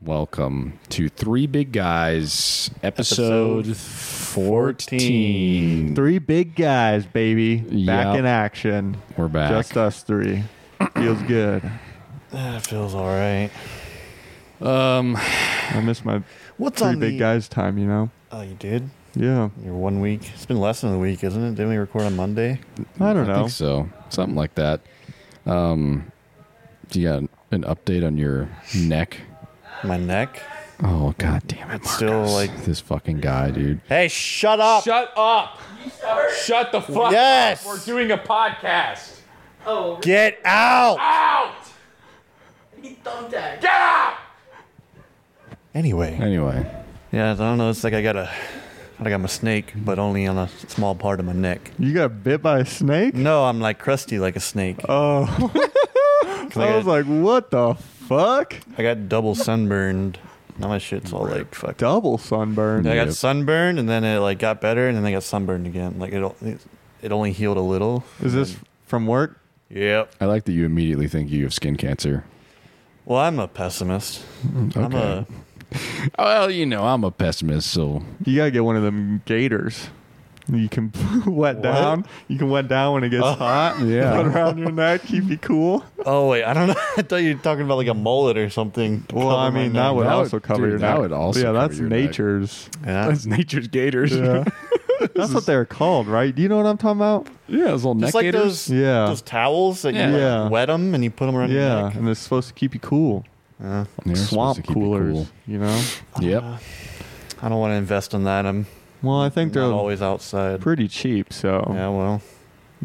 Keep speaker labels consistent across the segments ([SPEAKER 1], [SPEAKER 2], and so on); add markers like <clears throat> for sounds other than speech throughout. [SPEAKER 1] Welcome to Three Big Guys, episode, 14.
[SPEAKER 2] Three big guys, baby. Back
[SPEAKER 1] Yep.
[SPEAKER 2] in action.
[SPEAKER 1] We're back.
[SPEAKER 2] Just us three. Feels good.
[SPEAKER 3] That feels all right.
[SPEAKER 1] Um,
[SPEAKER 2] I miss my
[SPEAKER 3] What's
[SPEAKER 2] three
[SPEAKER 3] on
[SPEAKER 2] big
[SPEAKER 3] the?
[SPEAKER 2] guys time, you know?
[SPEAKER 3] Oh, you did.
[SPEAKER 2] Yeah.
[SPEAKER 3] You're one week. It's been less than a week, isn't it? Didn't we record on Monday?
[SPEAKER 2] I don't
[SPEAKER 1] I
[SPEAKER 2] know.
[SPEAKER 1] think so. Something like that. Um, do you got an, an update on your neck?
[SPEAKER 3] My neck.
[SPEAKER 1] Oh, god damn it.
[SPEAKER 3] It's still
[SPEAKER 1] Marcus.
[SPEAKER 3] like-
[SPEAKER 1] this fucking guy, dude.
[SPEAKER 3] Hey, shut up!
[SPEAKER 4] Shut up. Shut the fuck
[SPEAKER 3] Yes!
[SPEAKER 4] up. We're doing a podcast. Ah!
[SPEAKER 3] Get out!
[SPEAKER 4] Out.
[SPEAKER 5] Thumbtack.
[SPEAKER 4] Get out.
[SPEAKER 3] Anyway.
[SPEAKER 1] Anyway,
[SPEAKER 3] Yeah, I don't know. It's like I got a, I got my snake, but only on a small part of my neck.
[SPEAKER 2] You got bit by a snake?
[SPEAKER 3] No, I'm like crusty like a snake.
[SPEAKER 2] Oh.
[SPEAKER 1] <laughs>
[SPEAKER 2] I was like, what the fuck?
[SPEAKER 3] I got double sunburned. Now my shit's all like fucked. up.
[SPEAKER 2] Double sunburn.
[SPEAKER 3] I got
[SPEAKER 1] Yep.
[SPEAKER 3] sunburned, and then it like got better, and then I got sunburned again. Like it, o- it- it only healed a little.
[SPEAKER 2] Is this from work?
[SPEAKER 3] Yep.
[SPEAKER 1] I like that you immediately think you have skin cancer.
[SPEAKER 3] Well, I'm a pessimist.
[SPEAKER 2] Mm,
[SPEAKER 3] I'm a.
[SPEAKER 1] Well, you know, I'm a pessimist, so
[SPEAKER 2] You gotta get one of them gators. You can <laughs> wet down. You can wet down when it gets hot.
[SPEAKER 1] Oh. <laughs> yeah.
[SPEAKER 2] Put around your neck, keep you cool.
[SPEAKER 3] Oh wait, I don't know. <laughs> I thought you were talking about like a mullet or something.
[SPEAKER 2] Well, I mean, that would
[SPEAKER 1] That would-
[SPEAKER 2] also cover
[SPEAKER 1] dude,
[SPEAKER 2] your
[SPEAKER 1] that
[SPEAKER 2] neck.
[SPEAKER 1] would also
[SPEAKER 2] yeah,
[SPEAKER 1] cover
[SPEAKER 2] that's
[SPEAKER 1] your neck.
[SPEAKER 2] nature's.
[SPEAKER 3] <laughs> Yeah.
[SPEAKER 1] that's nature's gators.
[SPEAKER 3] <laughs>
[SPEAKER 2] Yeah. that's what they're called, right? Do you know what I'm talking about?
[SPEAKER 1] Yeah, those little neck
[SPEAKER 3] Just like
[SPEAKER 1] gators.
[SPEAKER 3] those
[SPEAKER 2] Yeah.
[SPEAKER 3] those towels that you like,
[SPEAKER 2] Yeah.
[SPEAKER 3] wet them and you put them around your
[SPEAKER 2] Yeah,
[SPEAKER 3] neck.
[SPEAKER 2] and it's supposed to keep you cool.
[SPEAKER 3] Yeah. Uh,
[SPEAKER 1] They're supposed to
[SPEAKER 2] Swamp
[SPEAKER 1] keep you
[SPEAKER 2] coolers,
[SPEAKER 1] cool.
[SPEAKER 2] you know.
[SPEAKER 3] <laughs>
[SPEAKER 1] Yep.
[SPEAKER 3] I don't want to invest in that. I'm
[SPEAKER 2] Well, I think
[SPEAKER 3] not
[SPEAKER 2] they're
[SPEAKER 3] always outside.
[SPEAKER 2] pretty cheap, so
[SPEAKER 3] yeah,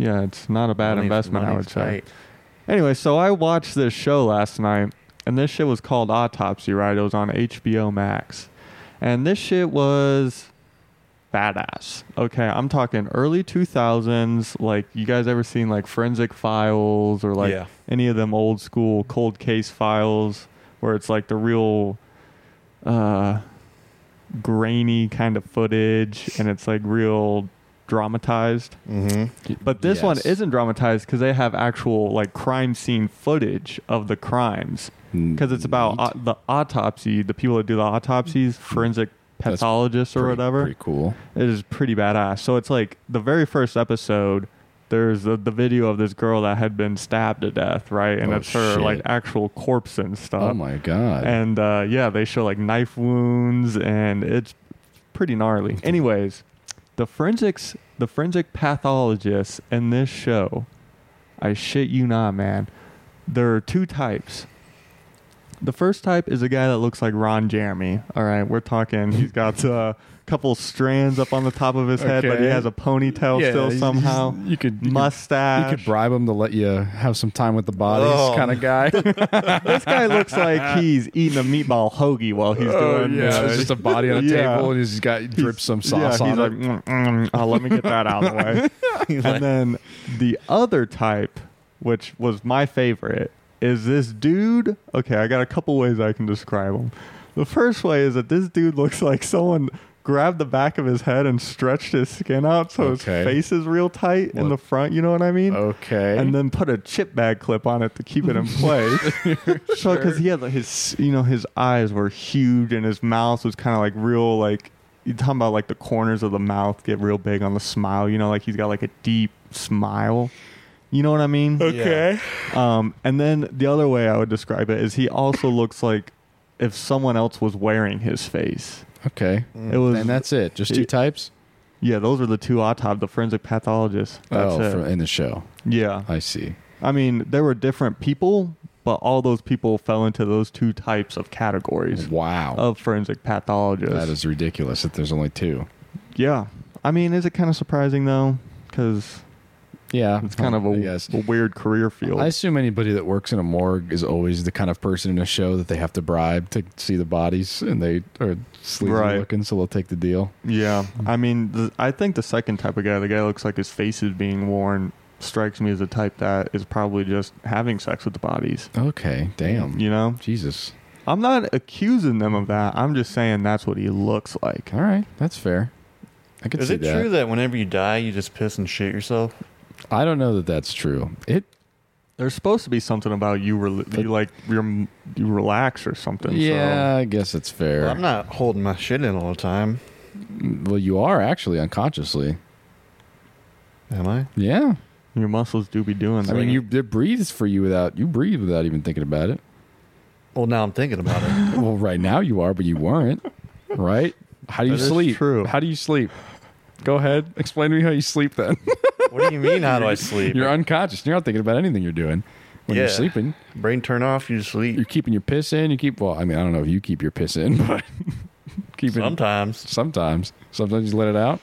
[SPEAKER 2] yeah.
[SPEAKER 3] well,
[SPEAKER 2] it's not a bad
[SPEAKER 3] money's-
[SPEAKER 2] investment, I
[SPEAKER 3] money's
[SPEAKER 2] would say.
[SPEAKER 3] tight.
[SPEAKER 2] Anyway, so I watched this show last night, and this shit was called Autopsy, right? It was on HBO Max. And this shit was badass. Okay, I'm talking early 2000s. Like, you guys ever seen like Forensic Files or like
[SPEAKER 3] Yeah.
[SPEAKER 2] any of them old school cold case files where it's like the real uh, grainy kind of footage and it's like real dramatized?
[SPEAKER 3] Mm-hmm.
[SPEAKER 2] But this one
[SPEAKER 1] Yes.
[SPEAKER 2] isn't dramatized because they have actual like crime scene footage of the crimes because it's about au- the autopsy, the people that do the autopsies, forensic
[SPEAKER 1] That's
[SPEAKER 2] pathologists or
[SPEAKER 1] Pretty-
[SPEAKER 2] whatever.
[SPEAKER 1] Pretty cool.
[SPEAKER 2] It is pretty badass. So it's like the very first episode. There's the, the video of this girl that had been stabbed to death, right? And
[SPEAKER 1] Oh,
[SPEAKER 2] it's her
[SPEAKER 1] shit.
[SPEAKER 2] like actual corpse and stuff.
[SPEAKER 1] oh my god.
[SPEAKER 2] Uh, And uh, yeah, they show like knife wounds, and it's pretty gnarly. Anyways, the forensics, the forensic pathologists in this show, I shit you not, man. There are two types. The first type is a guy that looks like Ron Jeremy. All right, we're talking. He's got a couple strands up on the top of his head, but he
[SPEAKER 1] Okay.
[SPEAKER 2] has a ponytail
[SPEAKER 1] Yeah,
[SPEAKER 2] still
[SPEAKER 1] he's- <laughs>
[SPEAKER 2] somehow.
[SPEAKER 1] you could- you could-
[SPEAKER 2] mustache.
[SPEAKER 1] you could bribe him to let you have some time with the bodies,
[SPEAKER 3] Oh.
[SPEAKER 1] kind of
[SPEAKER 2] <laughs>
[SPEAKER 1] guy.
[SPEAKER 2] this guy looks like he's eating a meatball hoagie while he's
[SPEAKER 1] Oh,
[SPEAKER 2] doing this.
[SPEAKER 1] it's just a body on a
[SPEAKER 2] Oh, <laughs> Yeah.
[SPEAKER 1] table, and he's got <laughs> drips some sauce
[SPEAKER 2] yeah,
[SPEAKER 1] on
[SPEAKER 2] he's
[SPEAKER 1] it.
[SPEAKER 2] like, "Mm, mm, oh, let me get that out of the
[SPEAKER 1] <laughs>
[SPEAKER 2] way. and then the other type, which was my favorite, is this dude. Okay, I got a couple ways I can describe him. The first way is that this dude looks like someone grabbed the back of his head and stretched his skin out so
[SPEAKER 1] Okay.
[SPEAKER 2] his face is real tight in
[SPEAKER 1] What-
[SPEAKER 2] the front. You know what I mean?
[SPEAKER 1] okay,
[SPEAKER 2] "Mm." and then put a chip bag clip on it to keep it in place. so because he had like, his, you know, his eyes were huge and his mouth was kind of like real, like you talking about like the corners of the mouth get real big on the smile. You know, like he's got like a deep smile. You know what I mean?
[SPEAKER 3] Okay.
[SPEAKER 2] Um, and then the other way I would describe it is he also <coughs> looks like if someone else was wearing his face.
[SPEAKER 1] okay,
[SPEAKER 2] It was
[SPEAKER 1] Mm. and that's it. Just two
[SPEAKER 2] It-
[SPEAKER 1] types.
[SPEAKER 2] yeah. Those are the two autopsy, the forensic pathologists. That's
[SPEAKER 1] oh,
[SPEAKER 2] it.
[SPEAKER 1] for- in the show,
[SPEAKER 2] yeah.
[SPEAKER 1] I see.
[SPEAKER 2] I mean, there were different people, but all those people fell into those two types of categories
[SPEAKER 1] Wow,
[SPEAKER 2] of forensic pathologists.
[SPEAKER 1] that is ridiculous that there's only two.
[SPEAKER 2] yeah. I mean, is it kind of surprising though? Because
[SPEAKER 1] Yeah,
[SPEAKER 2] it's kind of a,
[SPEAKER 1] I guess.
[SPEAKER 2] a weird career field.
[SPEAKER 1] I assume anybody that works in a morgue is always the kind of person in a show that they have to bribe to see the bodies, and they are sleazy
[SPEAKER 2] Right.
[SPEAKER 1] looking, so they'll take the deal.
[SPEAKER 2] yeah. I mean, the, I think the second type of guy, the guy that looks like his face is being worn, strikes me as a type that is probably just having sex with the bodies.
[SPEAKER 1] Oh. Okay, damn,
[SPEAKER 2] You know,
[SPEAKER 1] Jesus.
[SPEAKER 2] I'm not accusing them of that. I'm just saying that's what he looks like.
[SPEAKER 1] All right, that's fair. I could
[SPEAKER 3] Is
[SPEAKER 1] see
[SPEAKER 3] it
[SPEAKER 1] that.
[SPEAKER 3] true that whenever you die, you just piss and shit yourself?
[SPEAKER 1] I don't know that that's true. It
[SPEAKER 2] There's supposed to be something about you, rel- you like you you relax or something.
[SPEAKER 1] yeah, I guess it's fair.
[SPEAKER 3] Well, I'm not holding my shit in all the time,
[SPEAKER 1] Well, you are actually unconsciously.
[SPEAKER 3] am I?
[SPEAKER 1] Yeah.
[SPEAKER 2] so your muscles do be doing.
[SPEAKER 1] I mean,
[SPEAKER 2] things.
[SPEAKER 1] you it breathes for you without you breathe without even thinking about it.
[SPEAKER 3] Well, now I'm thinking about it.
[SPEAKER 1] Well, right now you are, but you weren't, right? How do you
[SPEAKER 2] That is
[SPEAKER 1] sleep?
[SPEAKER 2] true.
[SPEAKER 1] How do you sleep? Go ahead, explain to me how you sleep. Then
[SPEAKER 3] what do you mean? How
[SPEAKER 1] <laughs>
[SPEAKER 3] do I sleep?
[SPEAKER 1] you're unconscious. You're not thinking about anything you're doing when you're
[SPEAKER 3] Yeah.
[SPEAKER 1] sleeping.
[SPEAKER 3] Brain turn off, you
[SPEAKER 1] You're
[SPEAKER 3] sleep.
[SPEAKER 1] keeping your piss in. You keep well. I mean, I don't know if you keep your piss in, <laughs> but keeping
[SPEAKER 3] Sometimes.
[SPEAKER 1] sometimes sometimes you let it out.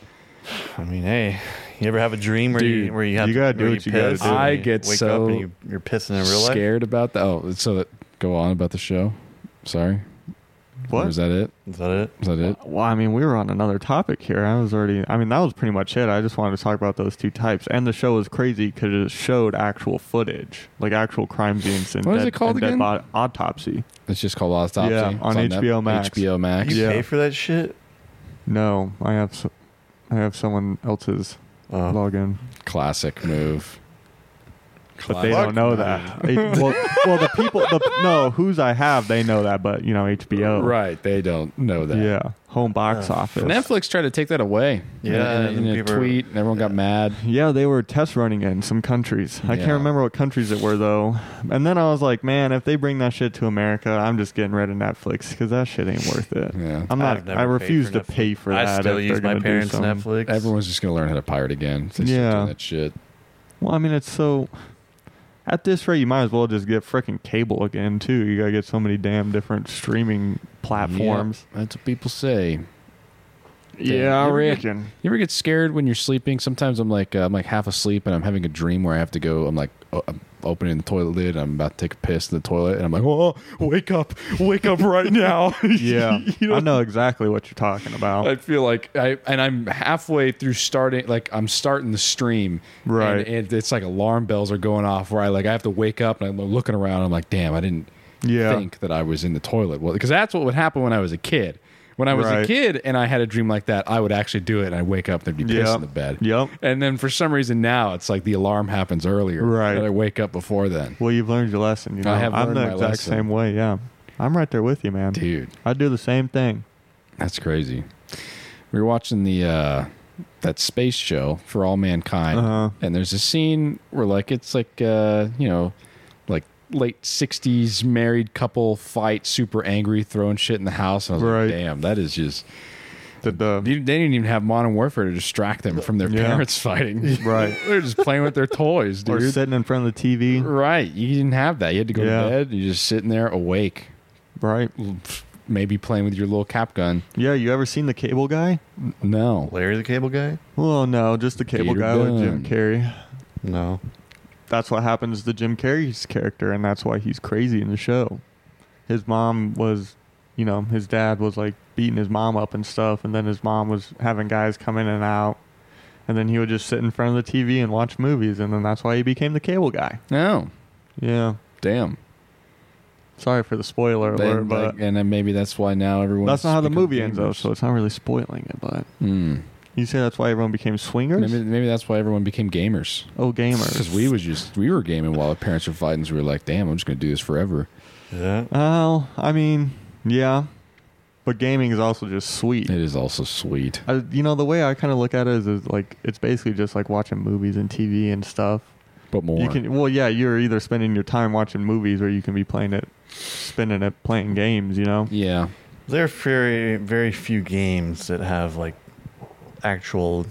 [SPEAKER 3] I mean, hey, you ever have a dream where
[SPEAKER 1] Dude,
[SPEAKER 3] you where you have
[SPEAKER 2] you gotta
[SPEAKER 3] where
[SPEAKER 2] do what you gotta
[SPEAKER 3] piss
[SPEAKER 2] do.
[SPEAKER 3] and
[SPEAKER 1] I
[SPEAKER 3] you
[SPEAKER 1] get
[SPEAKER 3] wake
[SPEAKER 1] so
[SPEAKER 3] up and you, you're pissing in real life?
[SPEAKER 1] Scared about that. Oh, so that go on about the show. Sorry,
[SPEAKER 2] what?
[SPEAKER 1] Or is that it?
[SPEAKER 3] Is that it?
[SPEAKER 1] Is that it?
[SPEAKER 2] Well, I mean, we were on another topic here. I was already. I mean, that was pretty much it. I just wanted to talk about those two types, and the show was crazy because it showed actual footage, like actual crime scenes and
[SPEAKER 1] What
[SPEAKER 2] dead,
[SPEAKER 1] is it called
[SPEAKER 2] and dead
[SPEAKER 1] again?
[SPEAKER 2] bod- autopsy.
[SPEAKER 1] It's just called Autopsy.
[SPEAKER 2] Yeah,
[SPEAKER 1] It's
[SPEAKER 2] on HBO
[SPEAKER 1] Netflix.
[SPEAKER 2] Max.
[SPEAKER 1] HBO Max.
[SPEAKER 3] You
[SPEAKER 2] Yeah.
[SPEAKER 3] pay for that shit?
[SPEAKER 2] No, I have, s I have someone else's
[SPEAKER 3] Oh.
[SPEAKER 2] login,
[SPEAKER 1] Classic move.
[SPEAKER 2] but they don't know that. It- well, well, the people, the, no, whose I have, they know that, but you know, HBO,
[SPEAKER 1] Right. They don't know that.
[SPEAKER 2] Yeah, home box
[SPEAKER 3] Oh,
[SPEAKER 2] office.
[SPEAKER 1] Netflix tried to take that away.
[SPEAKER 3] Yeah,
[SPEAKER 1] In, a- in a- in a
[SPEAKER 3] people-
[SPEAKER 1] tweet, and everyone got mad.
[SPEAKER 2] Yeah, they were test running it in some countries. I
[SPEAKER 1] Yeah.
[SPEAKER 2] can't remember what countries it were though. And then I was like, man, if they bring that shit to America, I'm just getting rid of Netflix because that shit ain't worth it.
[SPEAKER 1] Yeah.
[SPEAKER 2] I'm
[SPEAKER 3] I've
[SPEAKER 2] not.
[SPEAKER 3] never
[SPEAKER 2] I
[SPEAKER 3] paid for
[SPEAKER 2] refuse to
[SPEAKER 3] Netflix.
[SPEAKER 2] pay for that.
[SPEAKER 3] I still
[SPEAKER 2] if
[SPEAKER 3] use
[SPEAKER 2] they're
[SPEAKER 3] my
[SPEAKER 2] gonna do
[SPEAKER 3] parents'
[SPEAKER 2] something.
[SPEAKER 3] Netflix.
[SPEAKER 1] Everyone's just gonna learn how to pirate again. They yeah.
[SPEAKER 2] Yeah.
[SPEAKER 1] Doing that shit.
[SPEAKER 2] Well, I mean, it's so. At this rate, you might as well just get freaking cable again too. You gotta get so many damn different streaming platforms.
[SPEAKER 1] Yeah, that's what people say.
[SPEAKER 2] Yeah,
[SPEAKER 1] You
[SPEAKER 2] I
[SPEAKER 1] ever get-
[SPEAKER 2] reckon.
[SPEAKER 1] You ever get scared when you're sleeping? Sometimes I'm like, uh, I'm like half asleep and I'm having a dream where I have to go. I'm like, oh, I'm opening the toilet lid. I'm about to take a piss in the toilet, and I'm like, oh, wake up, wake up right
[SPEAKER 2] <laughs>
[SPEAKER 1] now. <laughs>
[SPEAKER 2] <laughs>
[SPEAKER 3] <laughs>
[SPEAKER 2] Yeah,
[SPEAKER 1] You know?
[SPEAKER 2] I know exactly what you're talking about.
[SPEAKER 1] I feel like I and I'm halfway through starting like I'm starting the stream.
[SPEAKER 2] Right.
[SPEAKER 1] And, and it's like alarm bells are going off where I like I have to wake up and I'm looking around. I'm like, damn, I didn't
[SPEAKER 2] Yeah.
[SPEAKER 1] think that I was in the toilet. Well, because that's what would happen when I was a kid. When I was a
[SPEAKER 2] Right.
[SPEAKER 1] kid and I had a dream like that, I would actually do it and I'd wake up and there'd be piss
[SPEAKER 2] Yep.
[SPEAKER 1] in the bed.
[SPEAKER 2] Yep.
[SPEAKER 1] And then for some reason now it's like the alarm happens earlier.
[SPEAKER 2] Right.
[SPEAKER 1] And I wake up before then.
[SPEAKER 2] Well, you've learned your lesson. You know,
[SPEAKER 1] I have
[SPEAKER 2] I'm
[SPEAKER 1] learned
[SPEAKER 2] the
[SPEAKER 1] my
[SPEAKER 2] exact
[SPEAKER 1] lesson.
[SPEAKER 2] same way. Yeah, I'm right there with you, man.
[SPEAKER 1] Dude.
[SPEAKER 2] I do the same thing.
[SPEAKER 1] That's crazy. We were watching the uh that space show for all mankind,
[SPEAKER 2] Uh-huh.
[SPEAKER 1] and there's a scene where like it's like uh you know like late '60s married couple fight, super angry, throwing shit in the house. And I was
[SPEAKER 2] Right.
[SPEAKER 1] like, damn, that is just
[SPEAKER 2] The, the
[SPEAKER 1] they they didn't even have modern warfare to distract them from their
[SPEAKER 2] Yeah.
[SPEAKER 1] parents <laughs> fighting.
[SPEAKER 2] right
[SPEAKER 1] They're just playing with their toys,
[SPEAKER 2] or
[SPEAKER 1] dude.
[SPEAKER 2] sitting in front of the TV,
[SPEAKER 1] Right, you didn't have that. You had to go
[SPEAKER 2] Yeah.
[SPEAKER 1] to bed. You're just sitting there awake,
[SPEAKER 2] right?
[SPEAKER 1] maybe playing with your little cap gun.
[SPEAKER 2] Yeah, you ever seen the Cable Guy?
[SPEAKER 1] No,
[SPEAKER 3] Larry the Cable Guy?
[SPEAKER 2] Well, no, just the Cable
[SPEAKER 1] Peter
[SPEAKER 2] Guy with Jim
[SPEAKER 1] Gunn.
[SPEAKER 2] Carrey.
[SPEAKER 3] No.
[SPEAKER 2] That's what happens to Jim Carrey's character, and that's why he's crazy in the show. His mom was, you know, his dad was like beating his mom up and stuff, and then his mom was having guys come in and out, and then he would just sit in front of the TV and watch movies, and then that's why he became the Cable Guy.
[SPEAKER 1] no,
[SPEAKER 2] Yeah.
[SPEAKER 1] damn.
[SPEAKER 2] Sorry for the spoiler
[SPEAKER 1] Then,
[SPEAKER 2] alert, but
[SPEAKER 1] like, and then maybe that's why now everyone.
[SPEAKER 2] that's not how the movie ends, though, so it's not really spoiling it, but. You say that's why everyone became swingers?
[SPEAKER 1] Hmm. Maybe maybe that's why everyone became gamers.
[SPEAKER 2] oh,
[SPEAKER 1] Because
[SPEAKER 2] gamers.
[SPEAKER 1] we was just we were gaming while our parents were fighting, so we were like, "Damn, I'm just gonna do this forever."
[SPEAKER 3] Yeah.
[SPEAKER 2] Well, I mean, yeah, but gaming is also just sweet.
[SPEAKER 1] It is also sweet.
[SPEAKER 2] I, you know, the way I kind of look at it is, is like it's basically just like watching movies and TV and stuff.
[SPEAKER 1] But more,
[SPEAKER 2] You can, well, yeah, you're either spending your time watching movies or you can be playing it, spending it playing games. You know,
[SPEAKER 1] yeah,
[SPEAKER 3] There are very, very few games that have like actual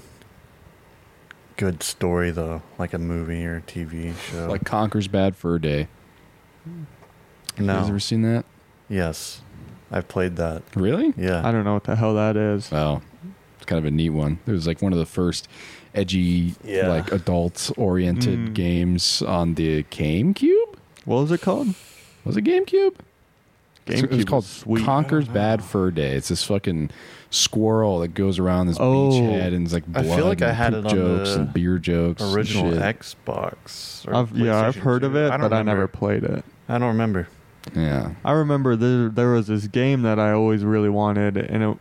[SPEAKER 3] good story though, like a movie or a TV show.
[SPEAKER 1] like Conker's Bad Fur Day. You guys
[SPEAKER 3] no,
[SPEAKER 1] ever seen that?
[SPEAKER 3] yes, I've played that.
[SPEAKER 1] Really?
[SPEAKER 3] Yeah,
[SPEAKER 2] I don't know what the hell that is.
[SPEAKER 1] Oh, it's kind of a neat one. It was like one of the first edgy,
[SPEAKER 3] Yeah. Hmm.
[SPEAKER 1] like adult-oriented games on the GameCube.
[SPEAKER 2] What was it called?
[SPEAKER 1] Was it GameCube? It's-
[SPEAKER 2] GameCube
[SPEAKER 1] It's called
[SPEAKER 2] was sweet.
[SPEAKER 1] Conker's Bad Fur Day. It's this fucking squirrel that goes around this
[SPEAKER 2] Oh.
[SPEAKER 1] beachhead and it's like
[SPEAKER 3] I
[SPEAKER 1] blood
[SPEAKER 3] feel like
[SPEAKER 1] and
[SPEAKER 3] I had
[SPEAKER 1] poop
[SPEAKER 3] it on
[SPEAKER 1] jokes
[SPEAKER 3] the
[SPEAKER 1] and beer jokes. and
[SPEAKER 3] original
[SPEAKER 1] shit.
[SPEAKER 3] Xbox. Or
[SPEAKER 2] I've, yeah, I've
[SPEAKER 3] PlayStation
[SPEAKER 2] heard of
[SPEAKER 3] 2.
[SPEAKER 2] it,
[SPEAKER 3] I don't
[SPEAKER 2] but I
[SPEAKER 3] remember.
[SPEAKER 2] never played it.
[SPEAKER 3] I don't remember.
[SPEAKER 1] Yeah.
[SPEAKER 2] I remember there there was this game that I always really wanted, and it,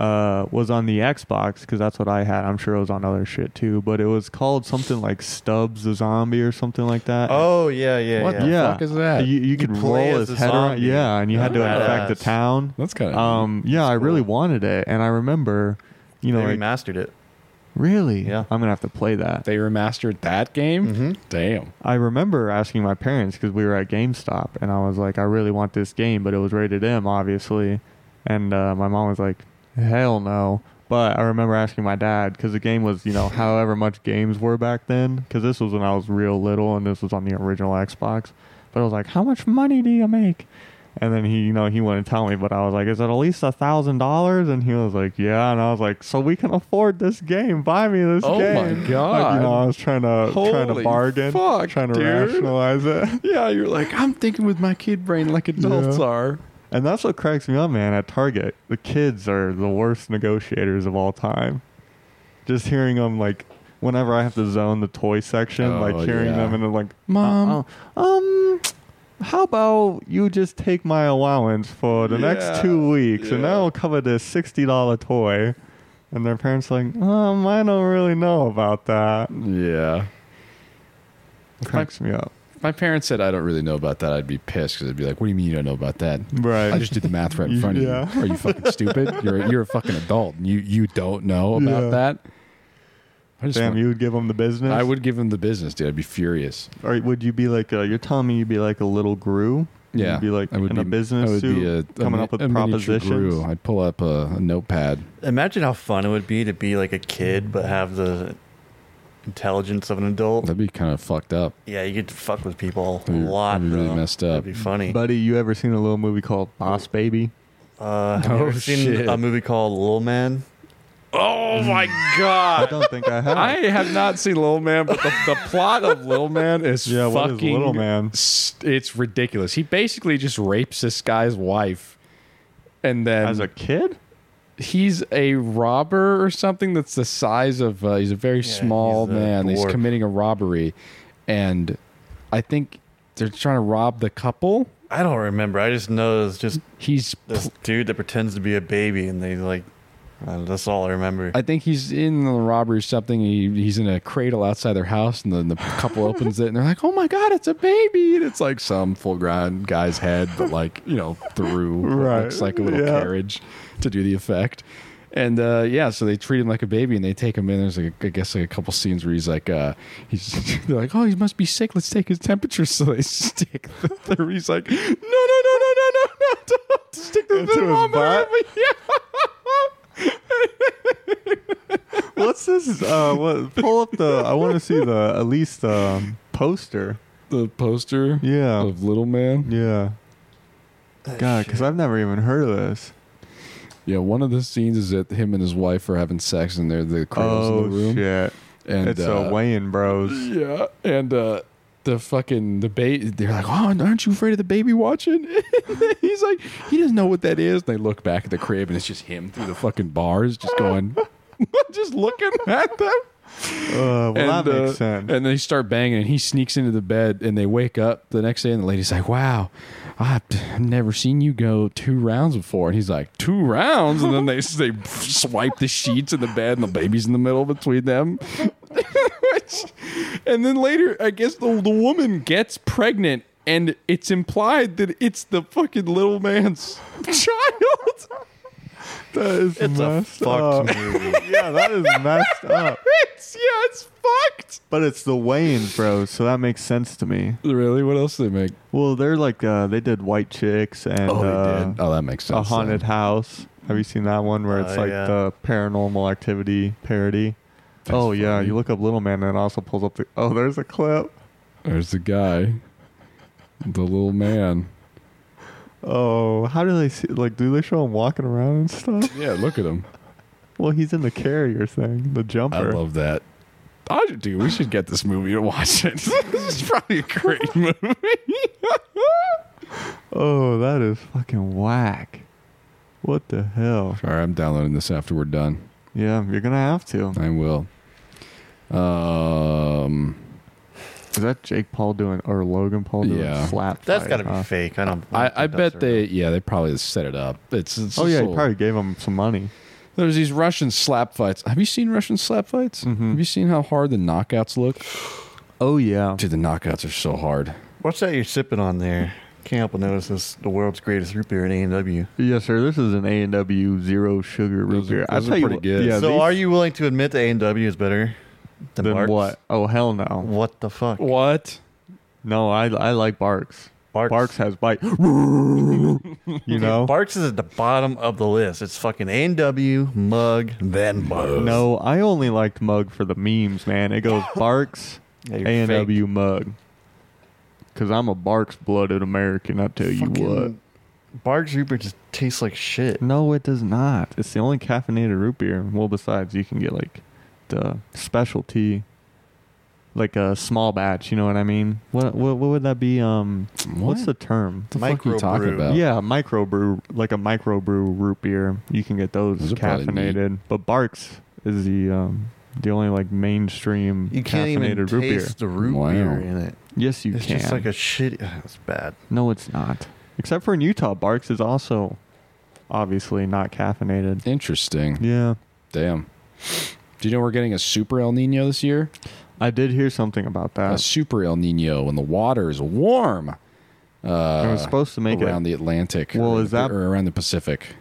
[SPEAKER 2] uh, was on the Xbox because that's what I had. I'm sure it was on other shit too, but it was called something like Stubbs the Zombie or something like that.
[SPEAKER 3] Oh yeah, yeah,
[SPEAKER 1] What
[SPEAKER 3] yeah.
[SPEAKER 1] the
[SPEAKER 2] yeah.
[SPEAKER 1] fuck is that?
[SPEAKER 2] You, you could
[SPEAKER 3] play
[SPEAKER 2] roll
[SPEAKER 3] as a
[SPEAKER 2] his head around.
[SPEAKER 3] zombie.
[SPEAKER 2] Yeah, and you had to infect the
[SPEAKER 3] Badass.
[SPEAKER 2] town.
[SPEAKER 1] That's kind of
[SPEAKER 2] Um, yeah, I really wanted it, and I remember, you know,
[SPEAKER 3] they
[SPEAKER 2] like,
[SPEAKER 3] remastered it.
[SPEAKER 2] really,
[SPEAKER 3] Yeah.
[SPEAKER 2] I'm gonna have to play that.
[SPEAKER 1] they remastered that
[SPEAKER 2] Hmm?
[SPEAKER 1] game.
[SPEAKER 3] Mm-hmm.
[SPEAKER 1] Damn.
[SPEAKER 2] I remember asking my parents because we were at GameStop, and I was like, I really want this game, but it was rated M, obviously, and uh, my mom was like, Hell no. But I remember asking my dad because the game was, you know, however much games were back then. Because this was when I was real little, and this was on the original Xbox. But I was like, "How much money do you make?" And then he, you know, he wouldn't tell me. But I was like, "Is it at least a thousand dollars?" And he was like, "Yeah." And I was like, "So we can afford this game? Buy me this
[SPEAKER 1] Oh
[SPEAKER 2] game!"
[SPEAKER 1] my
[SPEAKER 2] Like,
[SPEAKER 1] God.
[SPEAKER 2] you know, I was trying to trying to
[SPEAKER 1] Holy
[SPEAKER 2] bargain,
[SPEAKER 1] fuck,
[SPEAKER 2] trying to
[SPEAKER 1] dude.
[SPEAKER 2] rationalize it.
[SPEAKER 1] <laughs> Yeah, you're like I'm thinking with my kid brain like adults
[SPEAKER 2] Yeah.
[SPEAKER 1] are.
[SPEAKER 2] And that's what cracks me up, man. At Target, the kids are the worst negotiators of all time. Just hearing them, like, whenever I have to zone the toy section,
[SPEAKER 1] Oh,
[SPEAKER 2] like hearing
[SPEAKER 1] yeah.
[SPEAKER 2] them and then like,
[SPEAKER 1] Mom.
[SPEAKER 2] uh, uh, um, how about you just take my allowance for the next
[SPEAKER 1] Yeah,
[SPEAKER 2] two weeks, and
[SPEAKER 1] yeah.
[SPEAKER 2] that'll cover this sixty dollar toy. And their parents like, um, I don't really know about that.
[SPEAKER 1] Yeah.
[SPEAKER 2] Cracks me up.
[SPEAKER 1] If my parents said I don't really know about that, I'd be pissed because I'd be like, "What do you mean you don't know about that?"
[SPEAKER 2] Right.
[SPEAKER 1] I just did the math right
[SPEAKER 2] <laughs>
[SPEAKER 1] in front of
[SPEAKER 2] Yeah.
[SPEAKER 1] you. Are you
[SPEAKER 2] <laughs>
[SPEAKER 1] fucking stupid? You're a, you're a fucking adult. And you you don't know about
[SPEAKER 2] Yeah.
[SPEAKER 1] that. I just
[SPEAKER 2] Damn,
[SPEAKER 1] want-
[SPEAKER 2] you would give them the business.
[SPEAKER 1] I would give him the business, dude. I'd be furious.
[SPEAKER 2] Or would you be like uh, you're telling me you'd be like a little Gru?
[SPEAKER 1] Yeah,
[SPEAKER 2] You'd be like
[SPEAKER 1] I would
[SPEAKER 2] in
[SPEAKER 1] be,
[SPEAKER 2] a business
[SPEAKER 1] I would
[SPEAKER 2] suit,
[SPEAKER 1] be a,
[SPEAKER 2] coming
[SPEAKER 1] a,
[SPEAKER 2] up with
[SPEAKER 1] a miniature
[SPEAKER 2] propositions.
[SPEAKER 1] Gru. I'd pull up a, a notepad.
[SPEAKER 3] Imagine how fun it would be to be like a kid but have the intelligence of an adult.
[SPEAKER 1] That'd be kind of fucked up.
[SPEAKER 3] Yeah, you could fuck with people a
[SPEAKER 1] That'd be-
[SPEAKER 3] lot.
[SPEAKER 1] that'd be really
[SPEAKER 3] though.
[SPEAKER 1] messed up.
[SPEAKER 3] That'd be funny.
[SPEAKER 2] Buddy, you ever seen a little movie called Boss Baby?
[SPEAKER 3] uh, have you
[SPEAKER 1] Oh,
[SPEAKER 3] ever seen
[SPEAKER 1] shit.
[SPEAKER 3] a movie called Little Man?
[SPEAKER 1] Oh <laughs> my
[SPEAKER 2] I
[SPEAKER 1] god!
[SPEAKER 2] don't think I have.
[SPEAKER 1] <laughs> I have not seen Little Man, but the, the plot of Little Man is
[SPEAKER 2] Yeah,
[SPEAKER 1] fucking.
[SPEAKER 2] what is Little Man?
[SPEAKER 1] s- It's ridiculous. He basically just rapes this guy's wife, and then
[SPEAKER 2] As a kid?
[SPEAKER 1] he's a robber or something that's the size of uh, he's a very small
[SPEAKER 3] he's a
[SPEAKER 1] man he's
[SPEAKER 3] dwarf.
[SPEAKER 1] committing a robbery and i think they're trying to rob the couple
[SPEAKER 3] I don't remember. I just know it's just
[SPEAKER 1] he's
[SPEAKER 3] this dude that pretends to be a baby and they like. Uh, that's all I remember.
[SPEAKER 1] i think he's in the robbery or something he, he's in a cradle outside their house and then the
[SPEAKER 2] <laughs>
[SPEAKER 1] couple opens it and they're like oh my god it's a baby and it's like some full grown guy's head but like you know through It
[SPEAKER 2] Right.
[SPEAKER 1] looks like a little
[SPEAKER 2] Yeah.
[SPEAKER 1] carriage to do the effect and uh, yeah, so they treat him like a baby, and they take him in. There's like a, I guess like a couple scenes where he's like, uh, he's <laughs> they're like, oh, he must be sick. Let's take his temperature. So they <laughs> stick. The, the, he's like, no, no, no, no, no, no, no, don't stick the
[SPEAKER 2] Into his
[SPEAKER 1] thermometer.
[SPEAKER 2] butt?
[SPEAKER 1] up <laughs> my-"
[SPEAKER 2] What's this? Uh, what, pull up the. I want to see the at least um, poster.
[SPEAKER 1] Yeah. The poster,
[SPEAKER 2] Yeah.
[SPEAKER 1] of Little Man.
[SPEAKER 2] Yeah. God, because I've never even heard of this.
[SPEAKER 1] Yeah, one of the scenes is that him and his wife are having sex, and they're the cradles
[SPEAKER 2] Oh
[SPEAKER 1] in the room.
[SPEAKER 2] shit!
[SPEAKER 1] And
[SPEAKER 2] it's
[SPEAKER 1] uh,
[SPEAKER 2] a Wayne Bros.
[SPEAKER 1] Yeah, and uh, the fucking the baby, they're like, "Oh, aren't you afraid of the baby watching?" <laughs> He's like, "He doesn't know what that is." And they look back at the crib, and it's just him through the fucking bars, just going, <laughs> just looking at them.
[SPEAKER 2] Uh, well, that
[SPEAKER 1] uh,
[SPEAKER 2] makes sense.
[SPEAKER 1] and they start banging, and he sneaks into the bed, and they wake up the next day, and the lady's like, "Wow, I've never seen you go two rounds before." And he's like, two rounds?" And then they <laughs> they swipe the sheets in the bed, and the baby's in the middle between them. <laughs> Which- and then later, I guess the the woman gets pregnant. And it's implied that it's the fucking little man's <laughs> child. <laughs>
[SPEAKER 2] that is
[SPEAKER 3] it's a
[SPEAKER 2] messed
[SPEAKER 3] fucked
[SPEAKER 2] up.
[SPEAKER 3] movie.
[SPEAKER 2] <laughs> yeah, that is messed up.
[SPEAKER 1] it's, yeah, it's fucked.
[SPEAKER 2] But it's the Wayans Bros, so that makes sense to me.
[SPEAKER 1] Really? What else do they make?
[SPEAKER 2] Well, they're like uh, they did White Chicks and uh,
[SPEAKER 1] Oh, that makes sense.
[SPEAKER 2] a haunted house. Have you seen that one where it's
[SPEAKER 3] Oh,
[SPEAKER 2] like
[SPEAKER 3] yeah.
[SPEAKER 2] the Paranormal Activity parody? oh yeah, you look up Little Man and it also pulls up the. Oh, there's a clip.
[SPEAKER 1] There's the guy, the little man.
[SPEAKER 2] Oh, how do they see? Like, do they show him walking around and stuff?
[SPEAKER 1] Yeah, look at him.
[SPEAKER 2] Well, he's in the carrier thing, the
[SPEAKER 1] I
[SPEAKER 2] jumper.
[SPEAKER 1] love that. I should, dude, we should get this movie to watch it. <laughs> this is probably a <laughs> great movie.
[SPEAKER 2] oh, that is fucking whack. What the hell?
[SPEAKER 1] All right, I'm downloading this after we're done.
[SPEAKER 2] Yeah, you're gonna have to.
[SPEAKER 1] I will. Um,
[SPEAKER 2] Is that Jake Paul doing or Logan Paul doing
[SPEAKER 1] Yeah.
[SPEAKER 2] slap?
[SPEAKER 3] That's
[SPEAKER 2] fight,
[SPEAKER 3] got to be
[SPEAKER 2] huh?
[SPEAKER 3] fake. I don't.
[SPEAKER 1] I, I
[SPEAKER 3] think that's
[SPEAKER 1] bet
[SPEAKER 3] real.
[SPEAKER 1] they, yeah, they probably set it up. It's, it's
[SPEAKER 2] Oh yeah,
[SPEAKER 1] just
[SPEAKER 2] he
[SPEAKER 1] a-
[SPEAKER 2] probably gave him some money.
[SPEAKER 1] There's these Russian slap fights. Have you seen Russian slap fights? Have you seen how hard the knockouts look?
[SPEAKER 2] Oh yeah.
[SPEAKER 1] Dude, the knockouts are so hard.
[SPEAKER 3] What's that you're sipping on there? Can't help but notice this the world's greatest root beer at A&W.
[SPEAKER 2] <laughs> Yes, sir. This is an A and W zero sugar root
[SPEAKER 1] Those are-
[SPEAKER 2] beer. I
[SPEAKER 1] those are
[SPEAKER 2] tell you
[SPEAKER 1] pretty
[SPEAKER 2] what-
[SPEAKER 1] good.
[SPEAKER 2] Yeah,
[SPEAKER 3] so
[SPEAKER 2] these-
[SPEAKER 3] are you willing to admit that A&W is better than,
[SPEAKER 2] then
[SPEAKER 3] Barks?
[SPEAKER 2] what? Oh hell no.
[SPEAKER 3] What the fuck?
[SPEAKER 1] What?
[SPEAKER 2] No, I I like Barks.
[SPEAKER 3] Barks.
[SPEAKER 2] Barks has
[SPEAKER 3] <laughs>
[SPEAKER 2] bite. you know.
[SPEAKER 3] Barks is at the bottom of the list. It's fucking A&W, Mug, then Barks.
[SPEAKER 2] No, I only liked Mug for the memes, man. It
[SPEAKER 3] <laughs>
[SPEAKER 2] goes Barks,
[SPEAKER 3] Yeah,
[SPEAKER 2] A
[SPEAKER 3] you're
[SPEAKER 2] and W Mug. Cause I'm a Barks blooded American. I tell you what.
[SPEAKER 3] Fucking Barks root beer just tastes like shit.
[SPEAKER 2] No, it does not. It's the only caffeinated root beer. Well, besides, you can get like the specialty, like a small batch. You know what I mean? What what, what would that be? Um, what's the
[SPEAKER 1] What
[SPEAKER 2] term?
[SPEAKER 1] the fuck are you talking
[SPEAKER 3] Microbrew.
[SPEAKER 1] about?
[SPEAKER 2] Yeah, microbrew, like a microbrew root beer. You can get those,
[SPEAKER 1] Those are probably
[SPEAKER 2] caffeinated. But Barks is the um, the only like mainstream
[SPEAKER 3] You can't
[SPEAKER 2] caffeinated
[SPEAKER 3] even
[SPEAKER 2] root
[SPEAKER 3] taste the root
[SPEAKER 1] Wow.
[SPEAKER 3] beer in it.
[SPEAKER 2] beer. Yes, you
[SPEAKER 3] it's
[SPEAKER 2] can.
[SPEAKER 3] just like a <sighs> shitty. ugh, It's bad.
[SPEAKER 2] no, it's not. Except for in Utah, Barks is also obviously not caffeinated.
[SPEAKER 1] Interesting.
[SPEAKER 2] Yeah.
[SPEAKER 1] Damn. Do you know we're getting a super El Nino this year?
[SPEAKER 2] I did hear something about that.
[SPEAKER 1] a super El Nino when the water is warm uh,
[SPEAKER 2] I was supposed to make
[SPEAKER 1] around
[SPEAKER 2] it.
[SPEAKER 1] the Atlantic.
[SPEAKER 2] Well,
[SPEAKER 1] or,
[SPEAKER 2] is that-
[SPEAKER 1] or around the Pacific?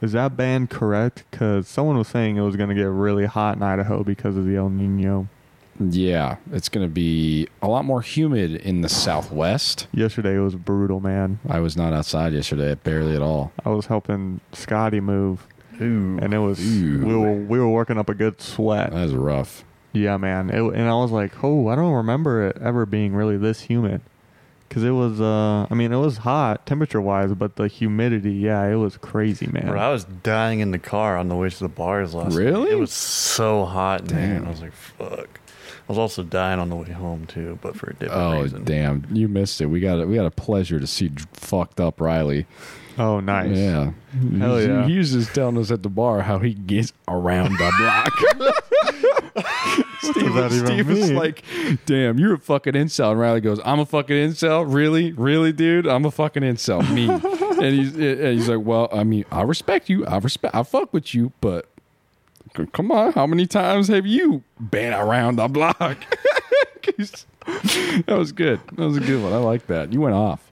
[SPEAKER 2] Is that band correct? Because someone was saying it was going to get really hot in Idaho because of the El Nino.
[SPEAKER 1] Yeah, it's going to be a lot more humid in the Southwest.
[SPEAKER 2] Yesterday it was brutal, man.
[SPEAKER 1] I was not outside yesterday, barely at all.
[SPEAKER 2] I was helping Scotty move,
[SPEAKER 3] Ooh.
[SPEAKER 2] and it was
[SPEAKER 1] Ew.
[SPEAKER 2] we were we were working up a good sweat.
[SPEAKER 1] That is rough.
[SPEAKER 2] Yeah, man. It, and I was like, oh, I don't remember it ever being really this humid, because it was. Uh, I mean, it was hot temperature wise, but the humidity, yeah, it was crazy, man.
[SPEAKER 3] Bro, I was dying in the car on the way to the bars last night.
[SPEAKER 1] Really?
[SPEAKER 3] It was so hot,
[SPEAKER 1] Damn.
[SPEAKER 3] man. I was like, fuck. I was also dying on the way home too, but for a different
[SPEAKER 1] Oh
[SPEAKER 3] reason.
[SPEAKER 1] damn, you missed it. We got a, we got a pleasure to see d- fucked up Riley.
[SPEAKER 2] oh, nice.
[SPEAKER 1] Yeah,
[SPEAKER 2] Hell
[SPEAKER 1] He-
[SPEAKER 2] yeah.
[SPEAKER 1] He was just telling us at the bar how he gets around the <laughs> block. Steve,
[SPEAKER 2] that even
[SPEAKER 1] Steve was
[SPEAKER 2] mean?
[SPEAKER 1] like, "Damn, you're a fucking incel." And Riley goes, "I'm a fucking incel, really, really, dude. I'm a fucking incel, <laughs> me." and he's and he's like, "Well, I mean, I respect you. I respect. I fuck with you, but." c- Come on, how many times have you been around the block? <laughs> 'Cause- that was good. That was a good one. I like that. You went off.